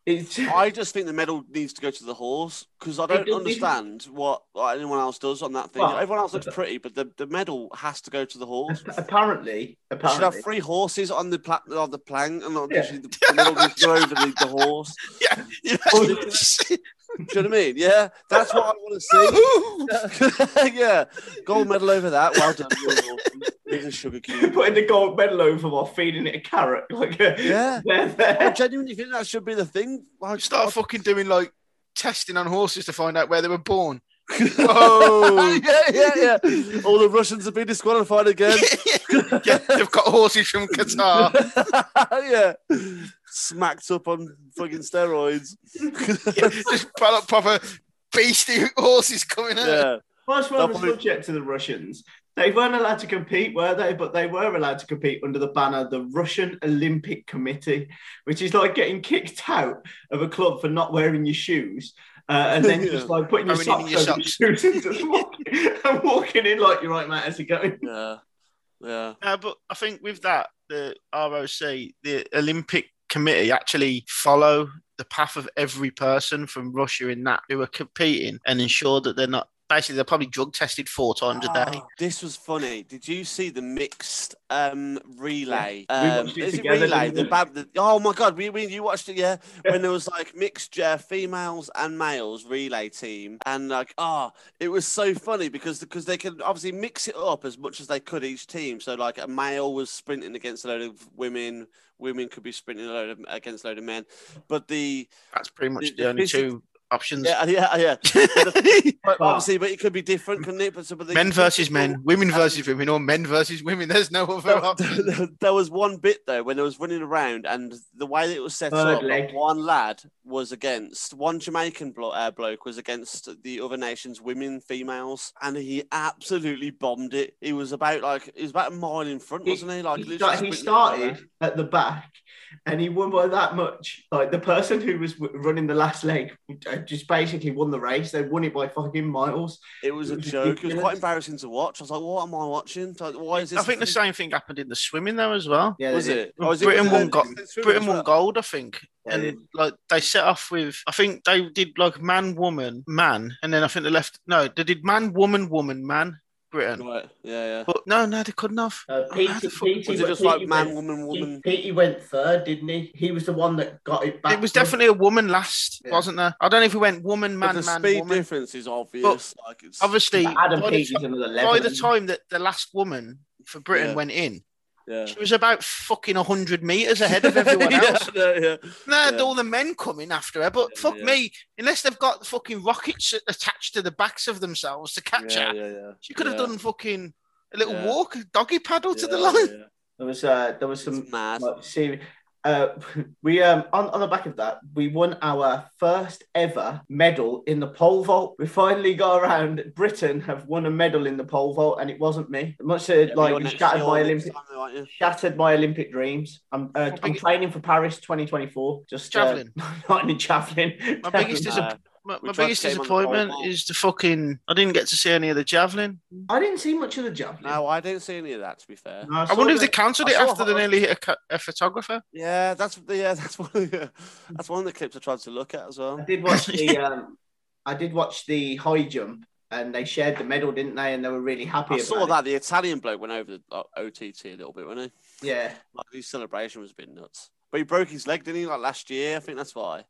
B: It's
D: I just think the medal needs to go to the horse because I
B: It
D: don't
B: does-
D: understand what, what anyone else does on that thing.
B: Well-
D: Everyone else looks pretty, but the, the medal has to go to the horse.
B: apparently
D: You should have
B: apparently
D: three horses on the pla- on the plank, and not
B: Yeah.
D: literally the, the medal needs to go over the, the horse.
C: Yeah, you
B: Oh,
C: actually just said,
D: Do you know what I mean? Yeah, that's what I want to see.
C: "Ooh."
D: yeah, gold medal over that. Well done. You're awesome. Here's a sugar cube.
B: putting the gold medal over while feeding it a carrot. Like a,
D: Yeah.
B: There,
D: I
B: there.
D: genuinely think that should be the thing. Like,
C: Start fucking doing like testing on horses to find out where they were born.
D: Whoa! yeah, yeah, yeah. All the Russians have been disqualified again.
C: yeah, they've got horses from Qatar.
D: yeah, smacked up on fucking steroids.
C: Yeah, just pro- proper beastie horses coming out.
D: yeah,
B: Whilst we're on the
D: Probably-
B: subject to the Russians, they weren't allowed to compete, were they? But they were allowed to compete under the banner of the Russian Olympic Committee, which is like getting kicked out of a club for not wearing your shoes. Uh, and then
D: Yeah.
B: just like putting your
C: Throwing
B: socks,
C: in your
B: over your shoes and just walking, and walking in like you're right, mate, how's it going?
D: yeah, yeah.
C: No, but I think with that, the ROC, the Olympic Committee actually follow the path of every person from Russia in that who are competing and ensure that they're not. Basically, they're probably drug tested four times a day.
D: Ah, this was funny. Did you see the mixed um, relay?
B: We
D: Um,
B: watched it
D: is it
B: together,
D: relay?
B: didn't we?
D: The, bab- the, oh my god, we, we you watched it, yeah? when there was like mixed uh, females and males relay team, and like ah, it was so funny because because they could obviously mix it up as much as they could each team. So like a male was sprinting against a load of women, women could be sprinting a load of, against a load of men, but the
C: That's pretty much
D: The-
C: the
D: the
C: only
D: physics-
C: two options.
D: yeah yeah yeah. But
B: Wow.
D: obviously, but it could be different, couldn't it? But, so- but the-
C: men versus men, women versus women, or men versus women. There's no other
D: there,
C: option.
D: there- there was one bit though when I was running around and the way that it was set
B: Third
D: up,
B: leg.
D: one lad was against one Jamaican blo- uh, bloke was against the other nation's women females, and he absolutely bombed it. He was about like he was about a mile in front,
B: He-
D: wasn't he? Like
B: he,
D: literally
B: sta- he
D: sprinting
B: started
D: everywhere.
B: at the back and he won by that much. Like the person who was w- running the last leg uh, just basically won the race. They won it by fucking miles.
D: It was
B: It
D: a
B: was
D: joke. It was quite
B: ridiculous.
D: embarrassing to watch. I was like, what am I watching? Like, why is this?
C: I think the same thing happened in the swimming though as well.
B: Yeah,
D: Was it? Oh, is it-
C: Britain
D: was it-
C: won gold.
D: is it swimming
C: Britain
D: as
C: won
D: well?
C: gold, I think.
D: Oh,
B: Yeah, they
C: and like they set off with I think they did like man woman man and then I think they left no they did man woman woman man Britain
D: Right. Yeah, yeah.
C: but no no they couldn't have
B: Uh,
C: Oh, how
B: Petey,
C: the fuck-
B: Petey,
D: Was it just
B: Petey
D: like man,
B: went-
D: woman, woman?
B: Petey went third, didn't he? He was the one that got it back.
C: it was definitely a woman last
B: Yeah.
C: wasn't there I don't know if we went woman
D: But
C: man
D: the
C: man
D: speed
C: woman
D: difference is obvious. like it's
C: obviously by
B: Adam
C: the,
B: Petey's
C: ti-
B: another level.
C: by the time that the last woman for Britain
D: Yeah.
C: went in
D: yeah.
C: she was about fucking 100 meters ahead of everyone
D: Yeah,
C: else
D: yeah, yeah.
C: No,
D: Yeah.
C: all the men coming after her, but
D: Yeah,
C: fuck
D: yeah.
C: me, unless they've got fucking rockets attached to the backs of themselves to catch
D: Yeah,
C: her,
D: yeah, yeah.
C: She could have
D: Yeah.
C: done fucking a little
D: Yeah.
C: walk, doggy paddle to the
D: Yeah,
C: line.
D: yeah.
B: there was uh, there was some
D: It's mad.
B: like, seri- Uh, we um on, on the back of that we won our first ever medal in the pole vault. We finally got around. Britain have won a medal in the pole vault, and it wasn't me. Much to,
D: Yeah,
B: like
D: you're
B: it
D: next-
B: shattered
D: you're
B: my
D: next
B: Olympic
D: time, aren't you?
B: shattered my Olympic dreams. I'm uh,
C: My
B: I'm
C: big-
B: training for Paris 2024. Just
C: Javelin.
B: uh, not in javelin.
C: My biggest
D: Nah.
C: disapp- My,
D: We
C: my
D: tried
C: biggest
D: to came on the
C: disappointment
D: volleyball.
C: is the fucking. I didn't get to see any of the javelin.
B: I didn't see much of the javelin.
D: No, I didn't see any of that. To be fair,
B: No,
C: I
B: saw
C: wonder if
B: the-
C: they cancelled
D: I
C: it
D: saw
C: after they
D: her-
C: nearly hit a, ca- a photographer.
D: yeah, that's yeah, that's one of the, that's one of the clips I tried to look at as
B: I
D: well.
B: did watch the um, I did watch the high jump, and they shared the medal, didn't they? And they were really happy.
D: I
B: about
D: saw
B: it.
D: that the Italian bloke went over the like, OTT a little bit, wasn't he?
B: Yeah,
D: Like his celebration was a bit nuts, but he broke his leg, didn't he? Like last year, I think that's why.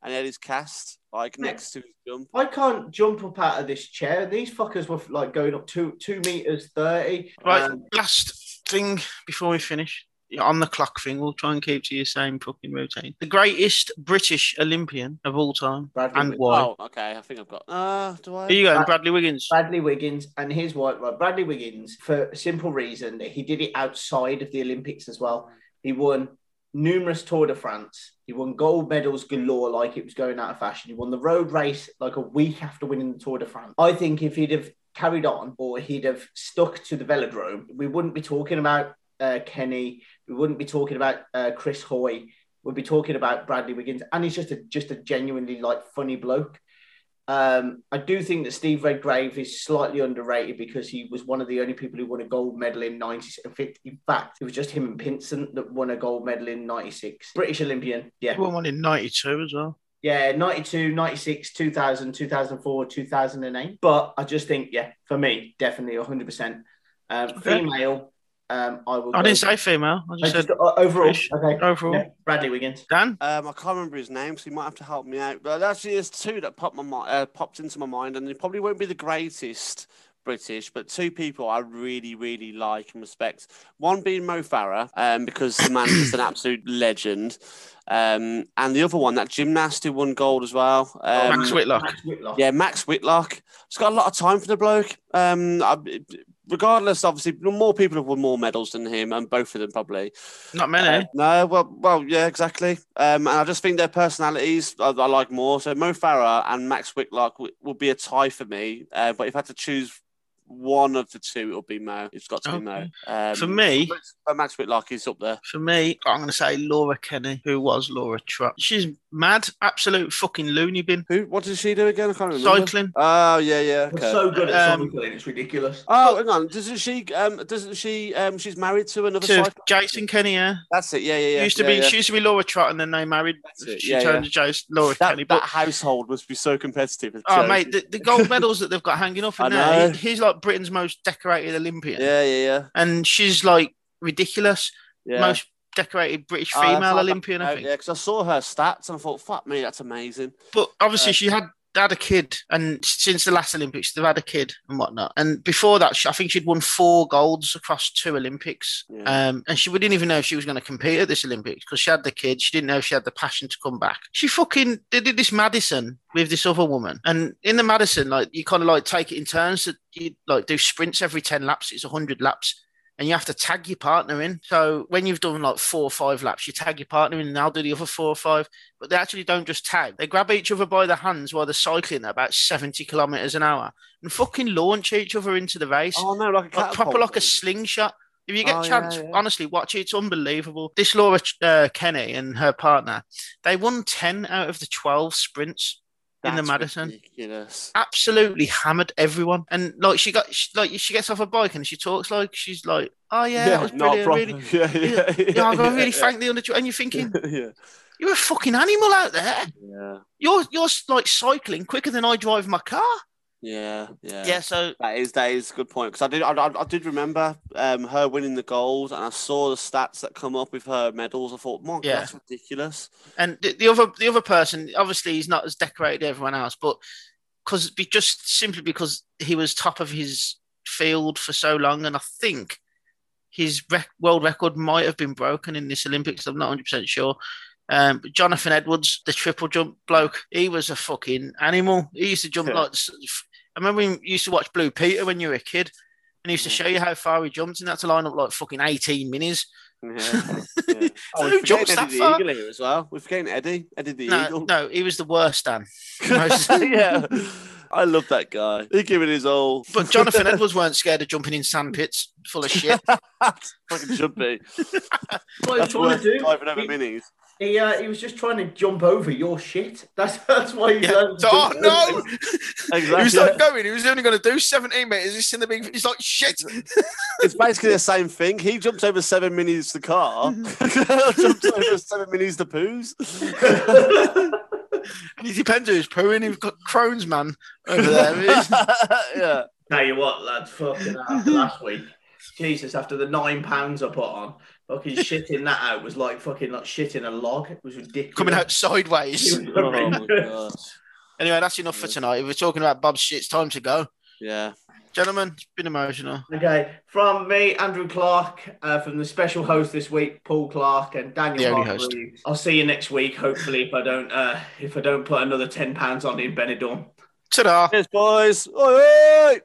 D: And he had his cast like next to his jump.
B: I can't jump up out of this chair. These fuckers were like going up two two meters thirty.
C: Right,
B: Um,
C: last thing before we finish. yeah, On the clock thing, we'll try and keep to your same fucking routine. The greatest British Olympian of all time,
B: Bradley,
C: and
B: Wi-
C: why?
D: Oh, okay. I think I've got. Uh, do I?
C: Here you go,
B: Brad-
C: Bradley Wiggins.
B: Bradley Wiggins, and here's why. Right, Bradley Wiggins, for a simple reason that he did it outside of the Olympics as well. He won numerous Tour de France. He won gold medals galore, like it was going out of fashion. He won the road race like a week after winning the Tour de France. I think if he'd have carried on or he'd have stuck to the velodrome, we wouldn't be talking about uh, Kenny. We wouldn't be talking about uh, Chris Hoy. We'd be talking about Bradley Wiggins, and he's just a just a genuinely like funny bloke. Um, I do think that Steve Redgrave is slightly underrated because he was one of the only people who won a gold medal in 1950. In fact, it was just him and Pinson that won a gold medal in 96. British Olympian, yeah.
C: Won one in '92 as well.
B: Yeah, 92, 96, 2000, 2004, 2008. But I just think, yeah, for me, definitely 100%. Um,
C: Okay.
B: Female, um, I will.
C: I
B: go-
C: didn't say female. I
B: I
C: just
B: just,
C: said
B: uh, overall,
C: British.
B: okay.
C: overall.
B: Yeah, Bradley Wiggins.
C: Dan,
D: Um, I can't remember his name, so you might have to help me out. But actually, there's two that popped my mi- uh, popped into my mind, and they probably won't be the greatest British, but two people I really, really like and respect. One being Mo Farah, um, because the man is an absolute legend, um, and the other one that gymnast who won gold as well. Um,
C: Oh, Max Whitlock.
B: Max Whitlock.
D: yeah, Max Whitlock. He's got a lot of time for the bloke. Um, I, regardless, obviously, more people have won more medals than him, and both of them probably.
C: Not
D: Uh,
C: many.
D: no, well, well, yeah, exactly. Um, and I just think their personalities I, I like more. So Mo Farah and Max Whitlock w- will be a tie for me. Uh, but if I had to choose one of the two, it'll be Mo. It's got to be Mo.
C: Okay.
D: Um,
C: For me-
D: but Max Whitlock is up there.
C: For me, I'm going to say Laura Kenny, who was Laura Trot. She's mad, absolute fucking loony bin.
D: Who? What did she do again? I can't remember.
C: Cycling.
D: Oh yeah, yeah.
B: We're
D: Okay.
B: so good at
C: Um,
B: cycling, it's ridiculous.
D: Oh, hang on. Doesn't she? Um, doesn't she? Um, she's married to another
C: To
D: cyclist.
C: Jason Kenny, yeah.
D: That's it. Yeah, yeah, yeah.
C: used to
D: yeah,
C: be,
D: yeah.
C: she used to be Laura Trot, and then they married.
D: That's it,
C: She
D: yeah,
C: turned to Jason Laura
D: that,
C: Kenny.
D: that
C: But
D: household must be so competitive. it's
C: oh,
D: joking.
C: mate, the, the gold medals that they've got hanging off
D: I
C: in there.
D: know.
C: he- he's like Britain's most decorated Olympian,
D: Yeah, yeah, yeah.
C: and she's like ridiculous,
D: yeah.
C: most decorated British
D: Oh, that's
C: female
D: how-
C: Olympian, I
D: Oh,
C: think.
D: Yeah, because I saw her stats and I thought, fuck me, that's amazing.
C: But obviously,
D: Uh,
C: she had had a kid, and since the last Olympics, they've had a kid and whatnot. And before that, she, I think she'd won four golds across two Olympics.
D: Yeah.
C: Um, and she didn't even know if she was going to compete at this Olympics because she had the kid. She didn't know if she had the passion to come back. She fucking they did this Madison with this other woman, and in the Madison, like you kind of like take it in turns. That you like do sprints every ten laps. It's hundred laps and you have to tag your partner in. So when you've done like four or five laps, you tag your partner in and they'll do the other four or five. But they actually don't just tag, they grab each other by the hands while they're cycling at about 70 kilometers an hour and fucking launch each other into the race.
D: Oh no, like a
C: like,
D: catapult.
C: proper like a slingshot. If you get
D: Oh,
C: a
D: yeah,
C: chance,
D: yeah.
C: honestly, watch it. It's unbelievable. This Laura uh, Kenny and her partner, they won 10 out of the 12 sprints in the
D: That's
C: Madison Uh,
D: Ridiculous.
C: absolutely hammered everyone. And like she got she, like she gets off a bike and she talks like she's like, oh yeah, that was
D: not
C: brilliant.
D: proper.
C: Really,
D: Yeah, yeah, yeah,
C: yeah, I got
D: yeah,
C: really
D: yeah.
C: thank the under. And you're thinking
D: yeah,
C: you're a fucking animal out there.
D: yeah,
C: You're you're like cycling quicker than I drive my car.
D: yeah,
C: Yeah.
D: yeah.
C: so
D: That is that is a good point because I did I, I, I did remember um, her winning the gold and I saw the stats that come up with her medals. I thought, my
C: Yeah.
D: God, that's ridiculous.
C: and the, the other the other person obviously he's not as decorated as everyone else, but because be, just simply because he was top of his field for so long, and I think his rec- world record might have been broken in this Olympics. I'm not 100 percent sure. Um, but Jonathan Edwards, the triple jump bloke, he was a fucking animal. He used to jump
D: Yeah.
C: like. s- f- I remember when you used to watch Blue Peter when you were a kid, and he used to
D: Yeah.
C: show you how far he jumped, and that's a line up like fucking 18 minis.
D: Yeah. yeah.
C: Who
D: we're forgetting
C: jumps that
D: Eddie the
C: far?
D: Eagle here as well. We're forgetting Eddie, Eddie the
C: No,
D: Eagle.
C: no, he was the worst, Dan. Most-
D: yeah, I love that guy. He giving his all.
C: But Jonathan Edwards weren't scared of jumping in sand pits full of shit.
D: fucking should be.
B: What
D: That's
B: he was
D: worth
B: trying to
D: driving over
B: do,
D: minis.
B: he, he, uh, he was just trying to jump over your shit. That's that's why he
C: Yeah.
B: learned. to
C: So, oh
B: jump
C: no!
B: over.
C: He
D: Exactly.
C: was not going. He was only going to do 17 meters. He's in the big. He's like shit.
D: it's basically the same thing. He jumps over seven minis the car. jumps over seven minis the poos.
C: And it depends who's pooing. He's got Crohn's man over there.
D: yeah.
B: Tell you what, lads, fucking hell, after last week. Jesus, after the nine pounds I put on, fucking shitting that out was like fucking like shitting a log. It was ridiculous.
C: Coming out
B: It
C: sideways.
B: was
D: Oh my
B: horrendous.
D: gosh.
C: Anyway, that's enough for tonight. If we're talking about Bob's shit, it's time to go,
D: Yeah.
C: gentlemen. It's been emotional.
B: Okay, from me, Andrew Clark, uh, from the special host this week, Paul Clark and Daniel.
C: The only
B: Hargreaves.
C: host.
B: I'll see you next week, hopefully, if I don't uh, if I don't put another ten pounds on in Benidorm.
C: Ta-da.
D: Cheers, boys. Oi, oi.